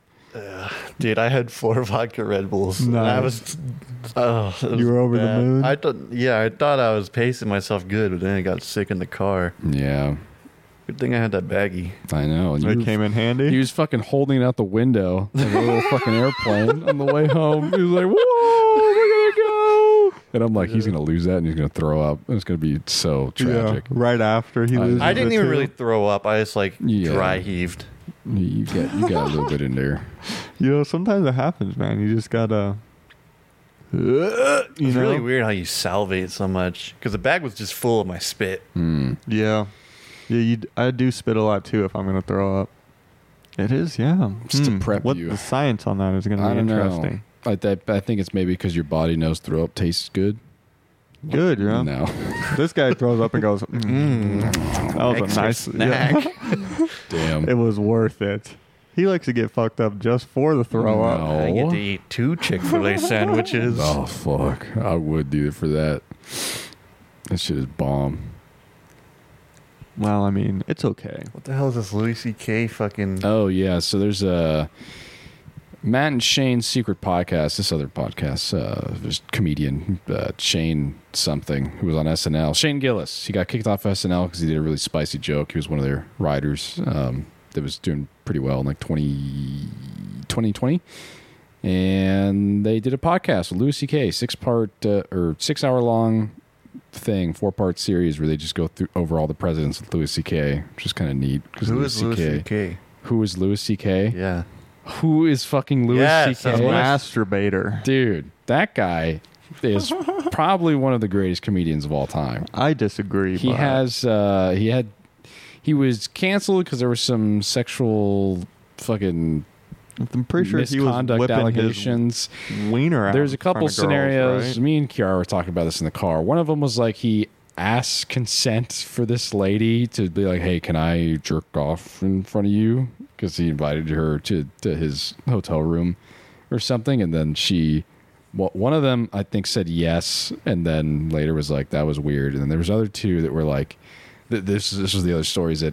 [SPEAKER 3] Dude, I had four <laughs> vodka Red Bulls. and I was, oh, it was
[SPEAKER 2] were over the
[SPEAKER 3] bad.
[SPEAKER 2] moon?
[SPEAKER 3] I thought, yeah, I thought I was pacing myself good, but then I got sick in the car.
[SPEAKER 1] Yeah,
[SPEAKER 3] Good thing I had that baggie.
[SPEAKER 1] I know. And
[SPEAKER 2] It
[SPEAKER 1] you-
[SPEAKER 2] came in <laughs> handy.
[SPEAKER 1] He was fucking holding out the window of a little fucking airplane on the way home. He was like, "Whoa, we're gonna go!" And I'm like, "He's gonna lose that, and he's gonna throw up. It's gonna be so tragic."
[SPEAKER 2] Yeah, right after he
[SPEAKER 1] I-
[SPEAKER 2] loses.
[SPEAKER 1] I
[SPEAKER 3] I
[SPEAKER 1] Is
[SPEAKER 3] didn't
[SPEAKER 2] it,
[SPEAKER 3] even
[SPEAKER 2] too.
[SPEAKER 3] really throw up. I just like
[SPEAKER 1] Yeah.
[SPEAKER 3] dry heaved.
[SPEAKER 1] You- You got you got a little bit in there.
[SPEAKER 2] You know, sometimes it happens, man. You just gotta. uh, You
[SPEAKER 3] It's
[SPEAKER 2] know?
[SPEAKER 3] really weird how you salivate so much because the bag was just full of my spit.
[SPEAKER 2] Yeah, yeah. You, d- I do spit a lot too if I'm gonna throw up. It is, yeah. Hmm.
[SPEAKER 1] Just to prep
[SPEAKER 2] what
[SPEAKER 1] you.
[SPEAKER 2] the science on that is gonna
[SPEAKER 1] I
[SPEAKER 2] be
[SPEAKER 1] don't
[SPEAKER 2] interesting.
[SPEAKER 1] know. <laughs> I, that, I think it's maybe because your body knows throw up tastes good.
[SPEAKER 2] Good, yeah.
[SPEAKER 1] No,
[SPEAKER 2] This guy throws up
[SPEAKER 1] <laughs>
[SPEAKER 2] and goes, mm. "That was a
[SPEAKER 3] Extra
[SPEAKER 2] nice yeah.
[SPEAKER 3] snack.
[SPEAKER 1] damn.
[SPEAKER 2] It was worth it." He likes to get fucked up just for the throw <laughs> up.
[SPEAKER 1] Mm, No.
[SPEAKER 3] <laughs> I get to eat two Chick Fil <laughs> A sandwiches.
[SPEAKER 1] Oh fuck! I would do it for that. That shit is bomb.
[SPEAKER 2] Well, I mean, it's okay.
[SPEAKER 3] What the hell is this Louis C.K. fucking?
[SPEAKER 2] Uh,
[SPEAKER 1] Oh yeah, so there's a Matt and Shane's secret podcast. This other podcast, uh, there's comedian uh, Shane something who was on SNL. Shane Gillis. He got kicked off SNL because he did a really spicy joke. He was one of their writers um, that was doing pretty well in like 20, 2020. And they did a podcast with Louis C.K. six part uh, or six hour long thing, four part series where they just go through over all the presidents with Louis C.K., which is kind of neat because
[SPEAKER 3] Who is Louis C.K.?
[SPEAKER 1] who is Louis C.K.?
[SPEAKER 3] Yeah,
[SPEAKER 1] Who is fucking Louis
[SPEAKER 3] Yes,
[SPEAKER 1] C.K.?
[SPEAKER 3] that's what I-
[SPEAKER 2] Masturbator.
[SPEAKER 1] Dude, that guy is <laughs> probably one of the greatest comedians of all time.
[SPEAKER 2] I disagree.
[SPEAKER 1] He
[SPEAKER 2] but-
[SPEAKER 1] has, uh, he had, he was canceled because there was some sexual fucking
[SPEAKER 2] I'm pretty sure he was
[SPEAKER 1] misconduct
[SPEAKER 2] whipping
[SPEAKER 1] allegations.
[SPEAKER 2] his wiener out.
[SPEAKER 1] There's a
[SPEAKER 2] in front
[SPEAKER 1] couple
[SPEAKER 2] of girls,
[SPEAKER 1] scenarios.
[SPEAKER 2] right?
[SPEAKER 1] Me and Kiara were talking about this in the car. One of them was like he asked consent for this lady to be like, "Hey, can I jerk off in front of you?" Because he invited her to to his hotel room or something, and then she Well, one of them I think said yes, and then later was like that was weird, and then there was other two that were like, th- this this was the other stories that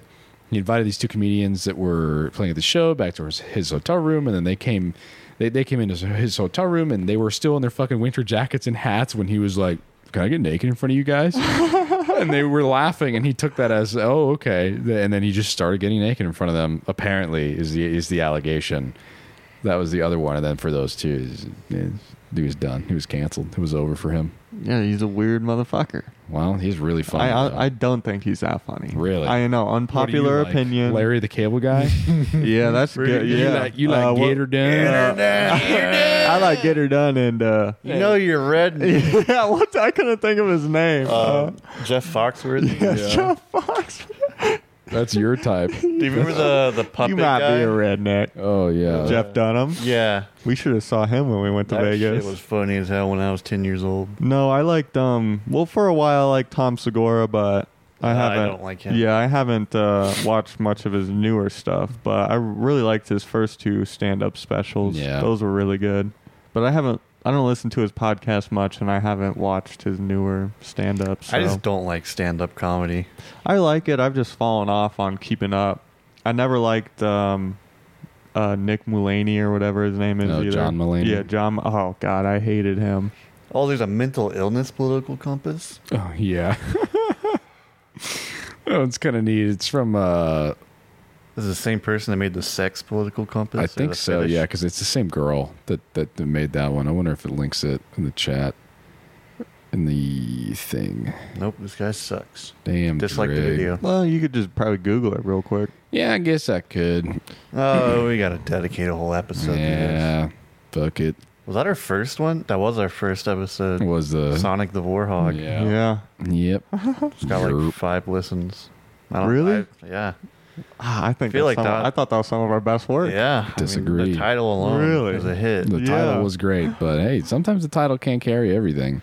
[SPEAKER 1] he invited these two comedians that were playing at the show back to his, his hotel room, and then they came, they they came into his hotel room and they were still in their fucking winter jackets and hats when he was like, can I get naked in front of you guys? and they were laughing, and he took that as oh okay, and then he just started getting naked in front of them. Apparently, is the is the allegation. That was the other one, and then for those two, he's- he's- he was done. He was canceled. It was over for him.
[SPEAKER 2] Yeah, he's a weird motherfucker.
[SPEAKER 1] Wow, he's really funny.
[SPEAKER 2] I,
[SPEAKER 1] though.
[SPEAKER 2] I I don't think he's that funny.
[SPEAKER 1] Really?
[SPEAKER 2] I know.
[SPEAKER 1] What do you
[SPEAKER 2] Unpopular
[SPEAKER 1] like?
[SPEAKER 2] opinion.
[SPEAKER 1] Larry the Cable Guy.
[SPEAKER 2] <laughs> Yeah, that's good.
[SPEAKER 1] You
[SPEAKER 2] Yeah,
[SPEAKER 1] like you like
[SPEAKER 2] Uh, what-
[SPEAKER 1] Gator Dune?
[SPEAKER 2] I like get her done and uh
[SPEAKER 3] <laughs>
[SPEAKER 2] <laughs>
[SPEAKER 3] You know you're <laughs> red.
[SPEAKER 2] yeah, what I couldn't think of his name.
[SPEAKER 3] Uh,
[SPEAKER 2] Uh,
[SPEAKER 3] Jeff <laughs> Foxworthy.
[SPEAKER 2] Jeff <laughs> Fox.
[SPEAKER 1] That's your type.
[SPEAKER 3] Do you remember the the puppet
[SPEAKER 2] You might
[SPEAKER 3] guy?
[SPEAKER 2] be a redneck.
[SPEAKER 1] Oh yeah.
[SPEAKER 2] Jeff Dunham.
[SPEAKER 3] yeah,
[SPEAKER 2] We should have saw him when we went to
[SPEAKER 3] that
[SPEAKER 2] Vegas.
[SPEAKER 3] shit was funny as hell when I was ten years old.
[SPEAKER 2] no, I liked um well for a while I liked Tom Segura, but I
[SPEAKER 3] Uh, I
[SPEAKER 2] haven't
[SPEAKER 3] don't like him.
[SPEAKER 2] Yeah, I haven't uh, watched much of his newer stuff, but I really liked his first two stand up specials.
[SPEAKER 1] Yeah.
[SPEAKER 2] Those were really good. But I haven't I don't listen to his podcast much and I haven't watched his newer stand ups.
[SPEAKER 3] I just don't like stand up comedy.
[SPEAKER 2] I like it. I've just fallen off on keeping up. I never liked um, uh, Nick Mulaney or whatever his name is.
[SPEAKER 1] Oh,
[SPEAKER 2] either.
[SPEAKER 1] John Mulaney.
[SPEAKER 2] Yeah, John. Oh God, I hated him.
[SPEAKER 3] Oh, there's a mental illness political compass.
[SPEAKER 1] Oh yeah. <laughs> oh, it's kind of neat. It's from uh,
[SPEAKER 3] This is the same person that made the sex political compass.
[SPEAKER 1] I
[SPEAKER 3] or
[SPEAKER 1] think
[SPEAKER 3] the
[SPEAKER 1] so.
[SPEAKER 3] fetish?
[SPEAKER 1] Yeah, because it's the same girl that, that that made that one. I wonder if it links it in the chat in the thing.
[SPEAKER 3] Nope, this guy sucks.
[SPEAKER 1] Damn.
[SPEAKER 3] Dislike the
[SPEAKER 1] Drake.
[SPEAKER 3] video.
[SPEAKER 2] Well, you could just probably Google it real quick.
[SPEAKER 1] Yeah, I guess I could.
[SPEAKER 3] Oh, we gotta dedicate a whole episode. to this.
[SPEAKER 1] yeah. Fuck it.
[SPEAKER 3] Was that our first one? That was our first episode.
[SPEAKER 1] Was the
[SPEAKER 3] Sonic the Warhog.
[SPEAKER 1] Yeah.
[SPEAKER 2] Yeah.
[SPEAKER 1] Yep.
[SPEAKER 3] It's got like
[SPEAKER 1] Yerp.
[SPEAKER 3] five listens. I
[SPEAKER 2] Really?
[SPEAKER 3] I- yeah.
[SPEAKER 2] Ah, I think
[SPEAKER 3] Feel
[SPEAKER 2] that's
[SPEAKER 3] like
[SPEAKER 2] some-
[SPEAKER 3] that-
[SPEAKER 2] I thought that was some of our best work.
[SPEAKER 3] Yeah. I mean,
[SPEAKER 1] Disagree.
[SPEAKER 3] the title alone
[SPEAKER 2] Really?
[SPEAKER 3] is a hit.
[SPEAKER 1] The
[SPEAKER 2] Yeah.
[SPEAKER 1] title was great, but hey, sometimes the title can't carry everything.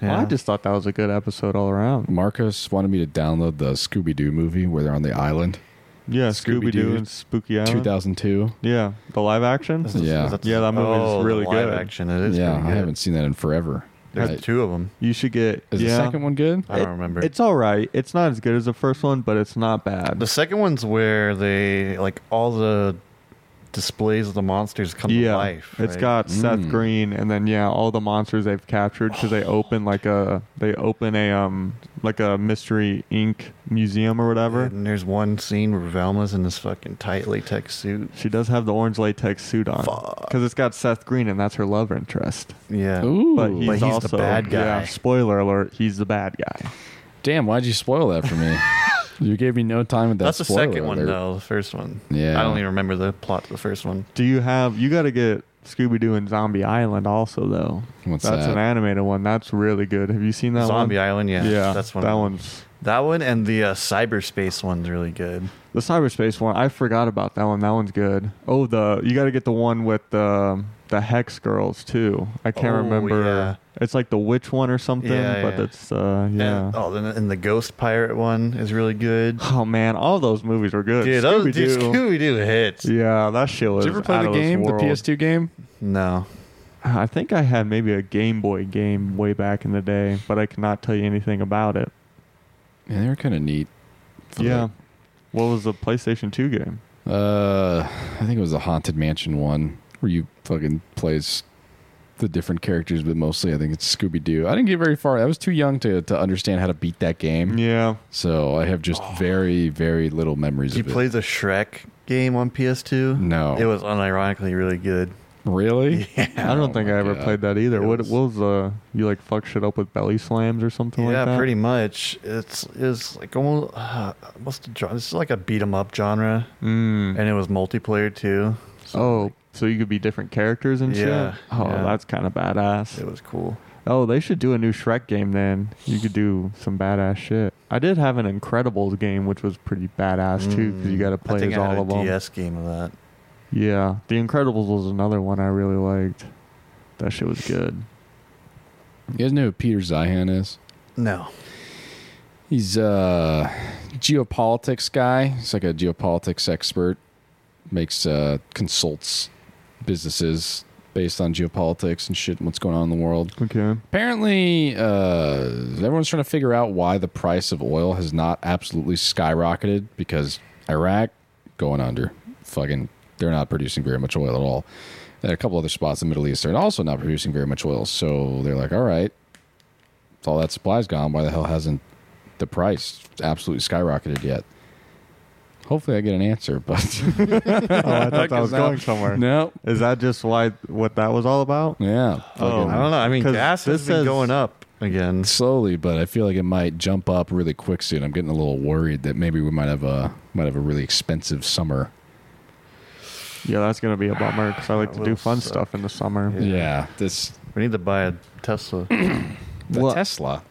[SPEAKER 2] Well,
[SPEAKER 3] Yeah.
[SPEAKER 2] I just thought that was a good episode all around.
[SPEAKER 1] Marcos wanted me to download the Scooby Doo movie where they're on the island,
[SPEAKER 2] Yeah,
[SPEAKER 1] Scooby-Doo.
[SPEAKER 2] Scooby Doo and Spooky
[SPEAKER 3] Uh-huh.
[SPEAKER 2] Island.
[SPEAKER 1] 2002.
[SPEAKER 2] Yeah, the live action.
[SPEAKER 3] This is-
[SPEAKER 1] Yeah.
[SPEAKER 3] that's-
[SPEAKER 2] Yeah, that movie is
[SPEAKER 3] oh, the
[SPEAKER 2] really
[SPEAKER 3] live
[SPEAKER 2] good.
[SPEAKER 3] Action. It is.
[SPEAKER 1] yeah,
[SPEAKER 3] pretty
[SPEAKER 1] I
[SPEAKER 3] good.
[SPEAKER 1] haven't seen that in forever.
[SPEAKER 3] There's
[SPEAKER 1] I-
[SPEAKER 3] two of them.
[SPEAKER 2] You should get.
[SPEAKER 1] Is
[SPEAKER 2] yeah.
[SPEAKER 1] the second one good?
[SPEAKER 3] I don't remember.
[SPEAKER 2] It's all right. It's not as good as the first one, but it's not bad.
[SPEAKER 3] the second one's where they like all the displays of the monsters come
[SPEAKER 2] yeah,
[SPEAKER 3] to life.
[SPEAKER 2] It's
[SPEAKER 3] right?
[SPEAKER 2] got Seth
[SPEAKER 1] Mm.
[SPEAKER 2] Green, and then yeah, all the monsters they've captured because they open like a they open a um like a mystery ink museum or whatever.
[SPEAKER 3] And there's one scene where Velma's in this fucking tight latex suit.
[SPEAKER 2] She does have the orange latex suit on because it's got Seth Green, and that's her love interest.
[SPEAKER 3] Yeah.
[SPEAKER 1] Ooh,
[SPEAKER 2] But he's,
[SPEAKER 3] But he's the
[SPEAKER 2] also
[SPEAKER 3] bad guy.
[SPEAKER 2] Yeah, spoiler alert: he's the bad guy.
[SPEAKER 1] damn! Why'd you spoil that for me?
[SPEAKER 3] <laughs>
[SPEAKER 1] you gave me no time with that.
[SPEAKER 3] That's the
[SPEAKER 1] spoiler
[SPEAKER 3] second one
[SPEAKER 1] alert.
[SPEAKER 3] though. The first one.
[SPEAKER 1] Yeah.
[SPEAKER 3] I don't even remember the plot of the first one.
[SPEAKER 2] Do you have? You got to get Scooby Doo and Zombie Island also though.
[SPEAKER 1] What's
[SPEAKER 2] that's
[SPEAKER 1] that?
[SPEAKER 2] an animated one. That's really good. Have you seen that
[SPEAKER 3] Zombie
[SPEAKER 2] one?
[SPEAKER 3] Island. Yeah.
[SPEAKER 2] yeah,
[SPEAKER 3] That's one.
[SPEAKER 2] That one's
[SPEAKER 3] That one and the uh, cyberspace one's really good.
[SPEAKER 2] The cyberspace one, I forgot about that one. That one's good. Oh, the you got to get the one with the the hex girls too. I can't
[SPEAKER 3] Oh,
[SPEAKER 2] remember.
[SPEAKER 3] yeah.
[SPEAKER 2] It's like the witch one or something.
[SPEAKER 3] Yeah,
[SPEAKER 2] but
[SPEAKER 3] yeah.
[SPEAKER 2] it's uh yeah.
[SPEAKER 3] And,
[SPEAKER 2] oh.
[SPEAKER 3] oh, then and the ghost pirate one is really
[SPEAKER 2] <laughs>
[SPEAKER 3] good.
[SPEAKER 2] man, all those movies are good.
[SPEAKER 3] Dude, those
[SPEAKER 2] Scooby-Doo.
[SPEAKER 3] Scooby Doo hits.
[SPEAKER 2] yeah, that shit was.
[SPEAKER 1] Did you ever play
[SPEAKER 2] out
[SPEAKER 1] the
[SPEAKER 2] of this
[SPEAKER 1] game, the
[SPEAKER 2] world.
[SPEAKER 1] PS2 game?
[SPEAKER 3] No.
[SPEAKER 2] I think I had maybe a Game Boy game way back in the day, but I cannot tell you anything about it.
[SPEAKER 1] Yeah, they were kind of neat. for
[SPEAKER 2] Yeah. What was the PlayStation 2 game?
[SPEAKER 1] that. Uh, I think it was the Haunted Mansion one where you fucking plays the different characters, but mostly I think it's Scooby Doo. I didn't get very far. I was too young to to understand how to beat that game.
[SPEAKER 3] <clears throat>
[SPEAKER 2] Yeah.
[SPEAKER 1] So I have just very, very little memories
[SPEAKER 3] Did
[SPEAKER 1] of
[SPEAKER 3] Oh. you
[SPEAKER 1] it.
[SPEAKER 3] play the Shrek game on PS2?
[SPEAKER 1] No.
[SPEAKER 3] It was unironically really good.
[SPEAKER 1] really? <laughs>
[SPEAKER 2] I don't
[SPEAKER 1] Oh
[SPEAKER 2] think I
[SPEAKER 1] my
[SPEAKER 2] ever
[SPEAKER 1] God.
[SPEAKER 2] played that either.
[SPEAKER 3] It
[SPEAKER 2] What,
[SPEAKER 3] was-
[SPEAKER 2] what was the you like fuck shit up with belly slams or something like
[SPEAKER 3] yeah,
[SPEAKER 2] that?
[SPEAKER 3] pretty much. It's it's like almost uh, what's the genre? This is like a beat 'em up genre,
[SPEAKER 2] Mm.
[SPEAKER 3] and it was multiplayer too.
[SPEAKER 2] Oh, so you could be different characters and
[SPEAKER 3] Yeah,
[SPEAKER 2] shit. Oh,
[SPEAKER 3] yeah.
[SPEAKER 2] that's kind of
[SPEAKER 3] It
[SPEAKER 2] badass.
[SPEAKER 3] was cool.
[SPEAKER 2] Oh, they should do a new Shrek game then. You could do some badass shit. I did have an Incredibles game, which was pretty badass too, because you got to
[SPEAKER 3] Mm, I
[SPEAKER 2] play
[SPEAKER 3] think
[SPEAKER 2] as
[SPEAKER 3] I had
[SPEAKER 2] all
[SPEAKER 3] a
[SPEAKER 2] of them.
[SPEAKER 3] DS game of that.
[SPEAKER 2] Yeah, The Incredibles was another one I really liked. That shit was good.
[SPEAKER 1] You guys know who Peter Zihan is?
[SPEAKER 3] No,
[SPEAKER 1] He's a geopolitics guy. He's like a geopolitics expert. Makes uh, consults businesses based on geopolitics and shit and what's going on in the world. <laughs>
[SPEAKER 2] Okay.
[SPEAKER 1] Apparently, uh, everyone's trying to figure out why the price of oil has not absolutely skyrocketed because Iraq going under. Fucking, they're not producing very much oil at all. And a couple other spots in the Middle East are also not producing very much oil. So they're like, all right, if all that supply's gone, why the hell hasn't the price absolutely skyrocketed yet? Hopefully, I get an answer, but
[SPEAKER 2] Oh, I
[SPEAKER 1] <laughs>
[SPEAKER 2] thought that was
[SPEAKER 1] now-
[SPEAKER 2] going somewhere.
[SPEAKER 1] no.
[SPEAKER 2] Is that just why what that was all about?
[SPEAKER 1] <laughs> Yeah.
[SPEAKER 2] Oh.
[SPEAKER 1] fucking-
[SPEAKER 3] I don't know. I mean,
[SPEAKER 2] 'Cause
[SPEAKER 3] gas has
[SPEAKER 2] this
[SPEAKER 3] been
[SPEAKER 2] says-
[SPEAKER 3] going up again.
[SPEAKER 1] slowly, but I feel like it might jump up really quick soon. I'm getting a little worried that maybe we might have a might have a really expensive summer.
[SPEAKER 2] Yeah, that's gonna be a bummer because I like
[SPEAKER 3] That
[SPEAKER 2] to do
[SPEAKER 3] will
[SPEAKER 2] fun
[SPEAKER 3] suck.
[SPEAKER 2] stuff in the summer.
[SPEAKER 3] Yeah.
[SPEAKER 1] Yeah, this
[SPEAKER 3] We need to buy a Tesla.
[SPEAKER 1] the
[SPEAKER 2] Well-
[SPEAKER 1] Tesla.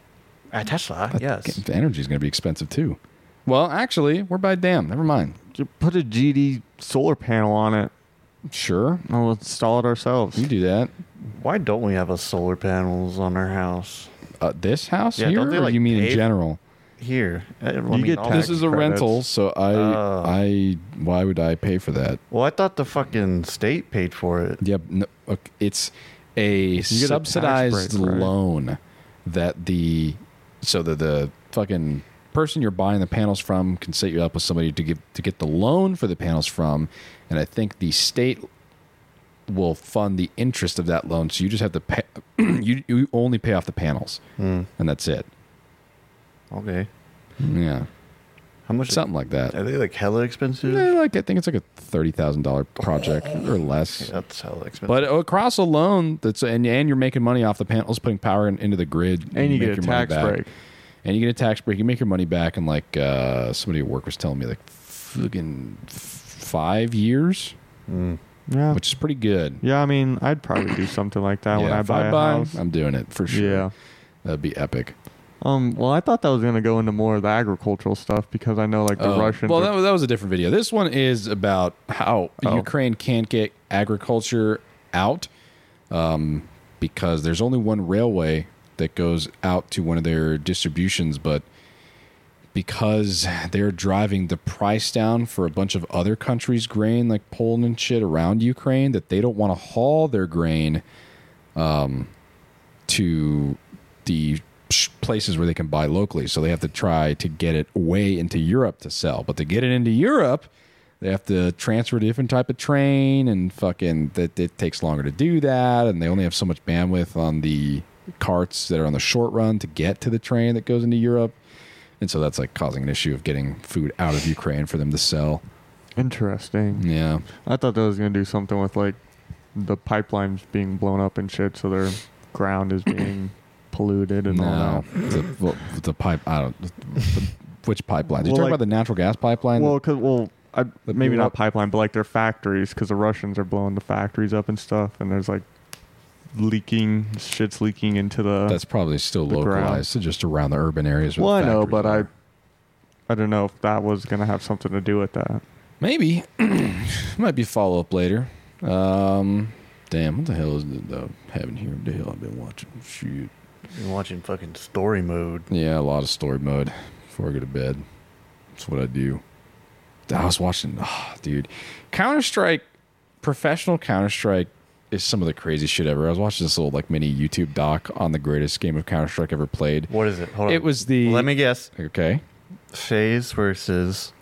[SPEAKER 3] a Tesla? Yes.
[SPEAKER 1] The energy is going to be expensive too. Well, actually, we're by damn. Never mind.
[SPEAKER 2] You put a GD solar panel on it.
[SPEAKER 1] Sure,
[SPEAKER 2] and we'll install it ourselves.
[SPEAKER 1] you do that.
[SPEAKER 3] Why don't we have a solar panels on our house
[SPEAKER 1] Uh, this house
[SPEAKER 3] Yeah,
[SPEAKER 1] here,
[SPEAKER 3] don't they,
[SPEAKER 1] or
[SPEAKER 3] like,
[SPEAKER 1] you mean in
[SPEAKER 3] pay-
[SPEAKER 1] general?
[SPEAKER 3] here? I- I
[SPEAKER 2] You get
[SPEAKER 3] all-
[SPEAKER 1] This
[SPEAKER 2] tax-
[SPEAKER 1] is a
[SPEAKER 2] credits.
[SPEAKER 1] rental, so I
[SPEAKER 3] Oh.
[SPEAKER 1] I why would I pay for that?
[SPEAKER 3] well, I thought the fucking state paid for it.
[SPEAKER 1] Yep. No, ok- it's a
[SPEAKER 2] get a tax
[SPEAKER 1] subsidized
[SPEAKER 2] break, right?
[SPEAKER 1] loan that the so that the fucking person you're buying the panels from can set you up with somebody to give to get the loan for the panels from, and I think the state will fund the interest of that loan. So you just have to pay. <clears throat> you you only pay off the panels,
[SPEAKER 2] Hmm.
[SPEAKER 1] and that's it.
[SPEAKER 3] Okay.
[SPEAKER 1] Yeah,
[SPEAKER 3] How much?
[SPEAKER 1] something like
[SPEAKER 3] Are
[SPEAKER 1] that.
[SPEAKER 3] they like hella expensive?
[SPEAKER 1] Yeah, like I think it's like a thirty thousand dollar project or less.
[SPEAKER 3] That's hella expensive.
[SPEAKER 1] But across a loan, that's and, and you're making money off the panels, putting power in, into the grid,
[SPEAKER 2] and
[SPEAKER 1] make
[SPEAKER 2] you get a
[SPEAKER 1] your money
[SPEAKER 2] tax
[SPEAKER 1] back.
[SPEAKER 2] break.
[SPEAKER 1] and you get a tax break. You make your money back in like uh, somebody at work was telling me like fucking f- five years,
[SPEAKER 3] Hmm.
[SPEAKER 2] Yeah.
[SPEAKER 1] which is pretty good.
[SPEAKER 2] yeah, I mean, I'd probably do something like that when I
[SPEAKER 1] if
[SPEAKER 2] buy a
[SPEAKER 1] I buy,
[SPEAKER 2] house.
[SPEAKER 1] I'm doing it for sure.
[SPEAKER 2] Yeah.
[SPEAKER 1] that'd be epic.
[SPEAKER 2] Um. Well, I thought that was gonna go into more of the agricultural stuff because I know like the
[SPEAKER 1] Oh,
[SPEAKER 2] Russians.
[SPEAKER 1] Well,
[SPEAKER 2] are-
[SPEAKER 1] that was, that was a different video. This one is about how
[SPEAKER 2] Oh.
[SPEAKER 1] Ukraine can't get agriculture out um, because there's only one railway that goes out to one of their distributions, but because they're driving the price down for a bunch of other countries' grain, like Poland and shit around Ukraine, that they don't want to haul their grain um, to the sh- places where they can buy locally. So they have to try to get it way into Europe to sell. But to get it into Europe, they have to transfer to a different type of train and fucking that it takes longer to do that. And they only have so much bandwidth on the carts that are on the short run to get to the train that goes into Europe. And so that's like causing an issue of getting food out of Ukraine for them to sell.
[SPEAKER 2] interesting.
[SPEAKER 1] Yeah.
[SPEAKER 2] I thought that was gonna do something with like the pipelines being blown up and shit, so their ground
[SPEAKER 1] <coughs>
[SPEAKER 2] is being polluted and all
[SPEAKER 1] No.
[SPEAKER 2] that.
[SPEAKER 1] The, well, the pipe, I don't, which pipeline? Did you
[SPEAKER 2] Well,
[SPEAKER 1] talk
[SPEAKER 2] like-
[SPEAKER 1] about the natural gas pipeline?
[SPEAKER 2] Well, cause well, I,
[SPEAKER 1] The
[SPEAKER 2] maybe
[SPEAKER 1] blew
[SPEAKER 2] not
[SPEAKER 1] up-
[SPEAKER 2] pipeline, but like their factories, because the Russians are blowing the factories up and stuff, and there's like leaking, shit's leaking into the.
[SPEAKER 1] that's probably still
[SPEAKER 2] The ground.
[SPEAKER 1] localized to just around the urban areas. where
[SPEAKER 2] well, I
[SPEAKER 1] the
[SPEAKER 2] know,
[SPEAKER 1] factories
[SPEAKER 2] but I,
[SPEAKER 1] are.
[SPEAKER 2] I don't know if that was gonna have something to do with that.
[SPEAKER 1] maybe <clears throat> might be follow up later. Um, damn, what the hell is it though? Having here, what the hell I've been watching. Shoot,
[SPEAKER 3] Been watching fucking story mode.
[SPEAKER 1] yeah, a lot of story mode before I go to bed. That's what I do. I was watching, ah, dude, Counter Strike, professional Counter Strike is some of the craziest shit ever. I was watching this little like mini YouTube doc on the greatest game of Counter Strike ever played.
[SPEAKER 3] What is it? Hold
[SPEAKER 1] It
[SPEAKER 3] on.
[SPEAKER 1] was the
[SPEAKER 3] Let me guess.
[SPEAKER 1] okay.
[SPEAKER 3] Phase versus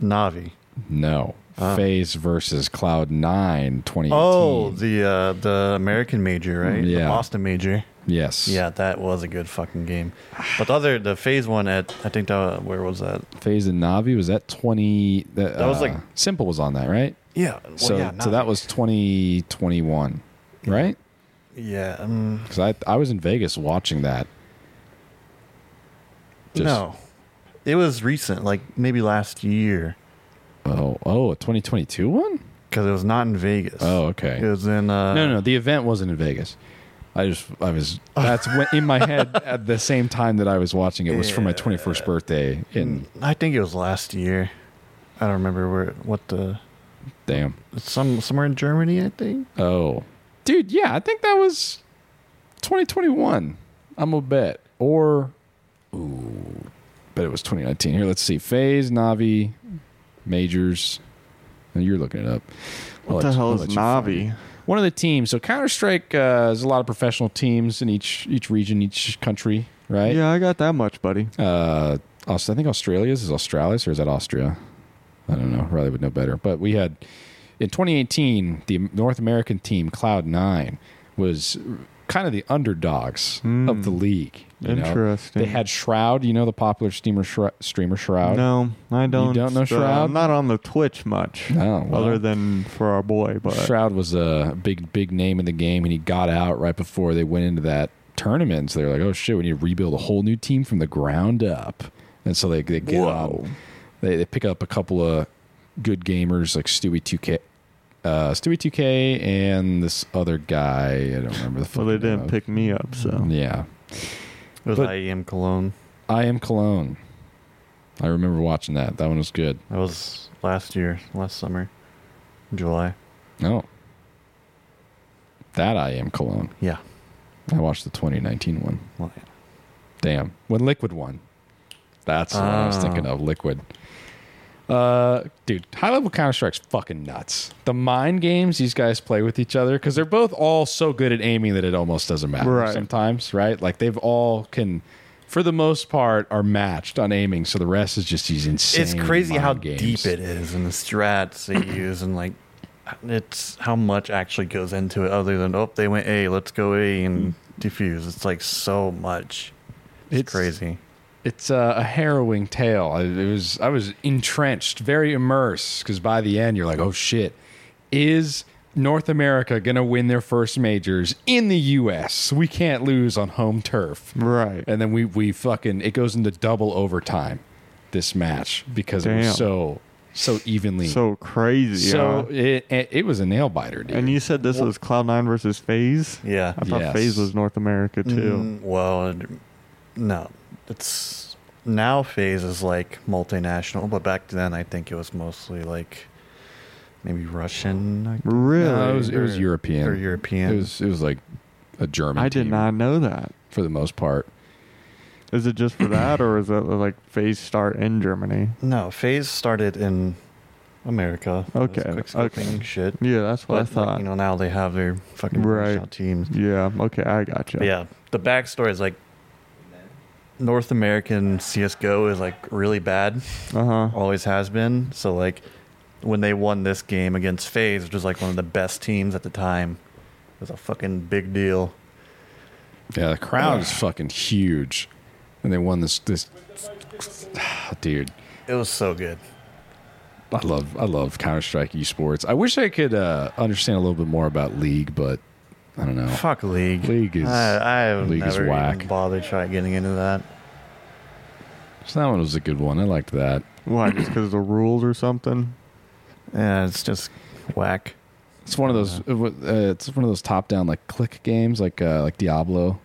[SPEAKER 1] E
[SPEAKER 3] Navi.
[SPEAKER 1] No. Phase versus Cloud 9 2018.
[SPEAKER 3] Ah. Oh, the uh, the American major, right?
[SPEAKER 1] Mm,
[SPEAKER 3] The
[SPEAKER 1] yeah.
[SPEAKER 3] Boston major.
[SPEAKER 1] yes.
[SPEAKER 3] Yeah, that was a good fucking game. But the other, the phase one at, I think that where was that?
[SPEAKER 1] Phase and Navi was that 20 that,
[SPEAKER 3] That was
[SPEAKER 1] uh,
[SPEAKER 3] like-
[SPEAKER 1] Simple was on that, right?
[SPEAKER 3] Yeah. well,
[SPEAKER 1] so
[SPEAKER 3] yeah,
[SPEAKER 1] so
[SPEAKER 3] Navi.
[SPEAKER 1] that was 2021, right?
[SPEAKER 3] Yeah. Um,
[SPEAKER 1] Cuz I I was in Vegas watching that. Just-
[SPEAKER 3] no, it was recent, like maybe last year,
[SPEAKER 1] Oh, oh, a 2022 one?
[SPEAKER 3] because it was not in Vegas.
[SPEAKER 1] Oh, okay.
[SPEAKER 3] It was in. Uh,
[SPEAKER 1] no, no, the event wasn't in Vegas. I just, I was, that's when, in my
[SPEAKER 3] <laughs>
[SPEAKER 1] head at the same time that I was watching it was for my 21st birthday. And
[SPEAKER 3] I think it was last year. I don't remember where what the
[SPEAKER 1] damn.
[SPEAKER 3] some somewhere in Germany, I think.
[SPEAKER 1] Oh, dude, yeah, I think that was 2021. I'm a bet, or ooh, bet it was 2019. Here, let's see. Phase Navi majors. And you're looking it up. I'll
[SPEAKER 2] What
[SPEAKER 1] let-
[SPEAKER 2] the hell
[SPEAKER 1] I'll
[SPEAKER 2] is
[SPEAKER 1] let you find it.
[SPEAKER 2] Navi?
[SPEAKER 1] one of the teams. So Counter Strike uh, there's a lot of professional teams in each each region, each country, right?
[SPEAKER 2] Yeah, I got that much, buddy.
[SPEAKER 1] Uh, also, I think Australia's is Australis or is that Austria? I don't know. Riley would know better. But we had in 2018 the North American team Cloud Nine was kind of the underdogs of the league. you know?
[SPEAKER 2] Hmm. Interesting.
[SPEAKER 1] They had Shroud. You know the popular steamer Shro- streamer Shroud.
[SPEAKER 2] No, I don't.
[SPEAKER 1] don't know
[SPEAKER 2] uh,
[SPEAKER 1] Shroud?
[SPEAKER 2] I'm not on the Twitch much,
[SPEAKER 1] Oh, well.
[SPEAKER 2] other than for our boy. But
[SPEAKER 1] Shroud was a big, big name in the game, and he got out right before they went into that tournament. So they were like, "Oh shit, we need to rebuild a whole new team from the ground up." And so they they get
[SPEAKER 2] Whoa.
[SPEAKER 1] um, they, they pick up a couple of good gamers like Stewie Two K, uh, Stewie Two K, and this other guy. I don't remember the.
[SPEAKER 2] well,
[SPEAKER 1] fucking
[SPEAKER 2] they
[SPEAKER 1] name
[SPEAKER 2] didn't
[SPEAKER 1] of.
[SPEAKER 2] pick me up, so
[SPEAKER 1] Yeah,
[SPEAKER 3] It was
[SPEAKER 1] But-
[SPEAKER 3] IEM Cologne.
[SPEAKER 1] I am Cologne. I remember watching that. That one was good.
[SPEAKER 3] That was last year, last summer, July.
[SPEAKER 1] No, Oh. that I am Cologne.
[SPEAKER 3] Yeah.
[SPEAKER 1] I watched the 2019 one.
[SPEAKER 3] Well,
[SPEAKER 1] Damn. When Liquid won. That's what I was
[SPEAKER 3] Ah.
[SPEAKER 1] thinking of. Liquid. Uh, dude, high level Counter Strike's fucking nuts. The mind games these guys play with each other because they're both all so good at aiming that it almost doesn't matter
[SPEAKER 2] Right.
[SPEAKER 1] sometimes, right? Like they've all can, for the most part, are matched on aiming. So the rest is just these insane.
[SPEAKER 3] it's crazy
[SPEAKER 1] mind
[SPEAKER 3] how
[SPEAKER 1] games.
[SPEAKER 3] deep it is and the strats <coughs> they use and like it's how much actually goes into it other than oh they went A, let's go A and defuse. It's like so much. Mm. It's,
[SPEAKER 1] It's-
[SPEAKER 3] crazy.
[SPEAKER 1] It's a, a harrowing tale. I, it was I was entrenched, very immersed, because by the end you're like, oh shit, is North America gonna win their first majors in the U.S.? We can't lose on home turf,
[SPEAKER 2] right.
[SPEAKER 1] and then we we fucking it goes into double overtime this match because it
[SPEAKER 2] Damn.
[SPEAKER 1] was so so evenly
[SPEAKER 2] So crazy.
[SPEAKER 1] So
[SPEAKER 2] huh?
[SPEAKER 1] it it it was a nail biter, dude.
[SPEAKER 2] and you said this was Cloud Nine versus Phase.
[SPEAKER 3] Yeah.
[SPEAKER 2] I thought
[SPEAKER 1] Yes.
[SPEAKER 2] Phase was North America too.
[SPEAKER 3] Mm, well, no. It's now phase is like multinational, but back then I think it was mostly like maybe Russian like,
[SPEAKER 2] Really?
[SPEAKER 1] No, it was it was
[SPEAKER 3] Or-
[SPEAKER 1] European.
[SPEAKER 3] or European.
[SPEAKER 1] It was it was like a German.
[SPEAKER 2] I did
[SPEAKER 1] team,
[SPEAKER 2] not know that.
[SPEAKER 1] for the most part.
[SPEAKER 2] Is
[SPEAKER 1] <coughs>
[SPEAKER 2] it just for that, or is it like Phase start in Germany?
[SPEAKER 3] No, phase started in America.
[SPEAKER 2] Okay,
[SPEAKER 3] This
[SPEAKER 2] okay.
[SPEAKER 3] quickscoping Shit.
[SPEAKER 2] Yeah, that's what I
[SPEAKER 3] But, like,
[SPEAKER 2] thought.
[SPEAKER 3] you know, now they have their fucking
[SPEAKER 2] Right.
[SPEAKER 3] professional teams.
[SPEAKER 2] yeah. Okay, I got you.
[SPEAKER 3] But yeah, the backstory is like North American CS:GO is like really bad,
[SPEAKER 2] Uh huh.
[SPEAKER 3] always has been. So like when they won this game against FaZe, which was like one of the best teams at the time, it was a fucking big deal.
[SPEAKER 1] Yeah, the crowd is fucking huge, and they won this. This <sighs> dude,
[SPEAKER 3] It was so good.
[SPEAKER 1] I love I love Counter Strike esports. I wish I could uh, understand a little bit more about League, but I don't know.
[SPEAKER 3] Fuck league.
[SPEAKER 1] League is-
[SPEAKER 2] Uh,
[SPEAKER 3] I, I have
[SPEAKER 1] League is
[SPEAKER 3] never
[SPEAKER 1] whack.
[SPEAKER 3] even bothered trying getting into that.
[SPEAKER 1] So that one was a good one. I liked that.
[SPEAKER 2] Why? Just because the rules or something?
[SPEAKER 3] Yeah, it's just whack.
[SPEAKER 1] It's one of those. Uh, it's one of those top-down like click games, like uh, like Diablo,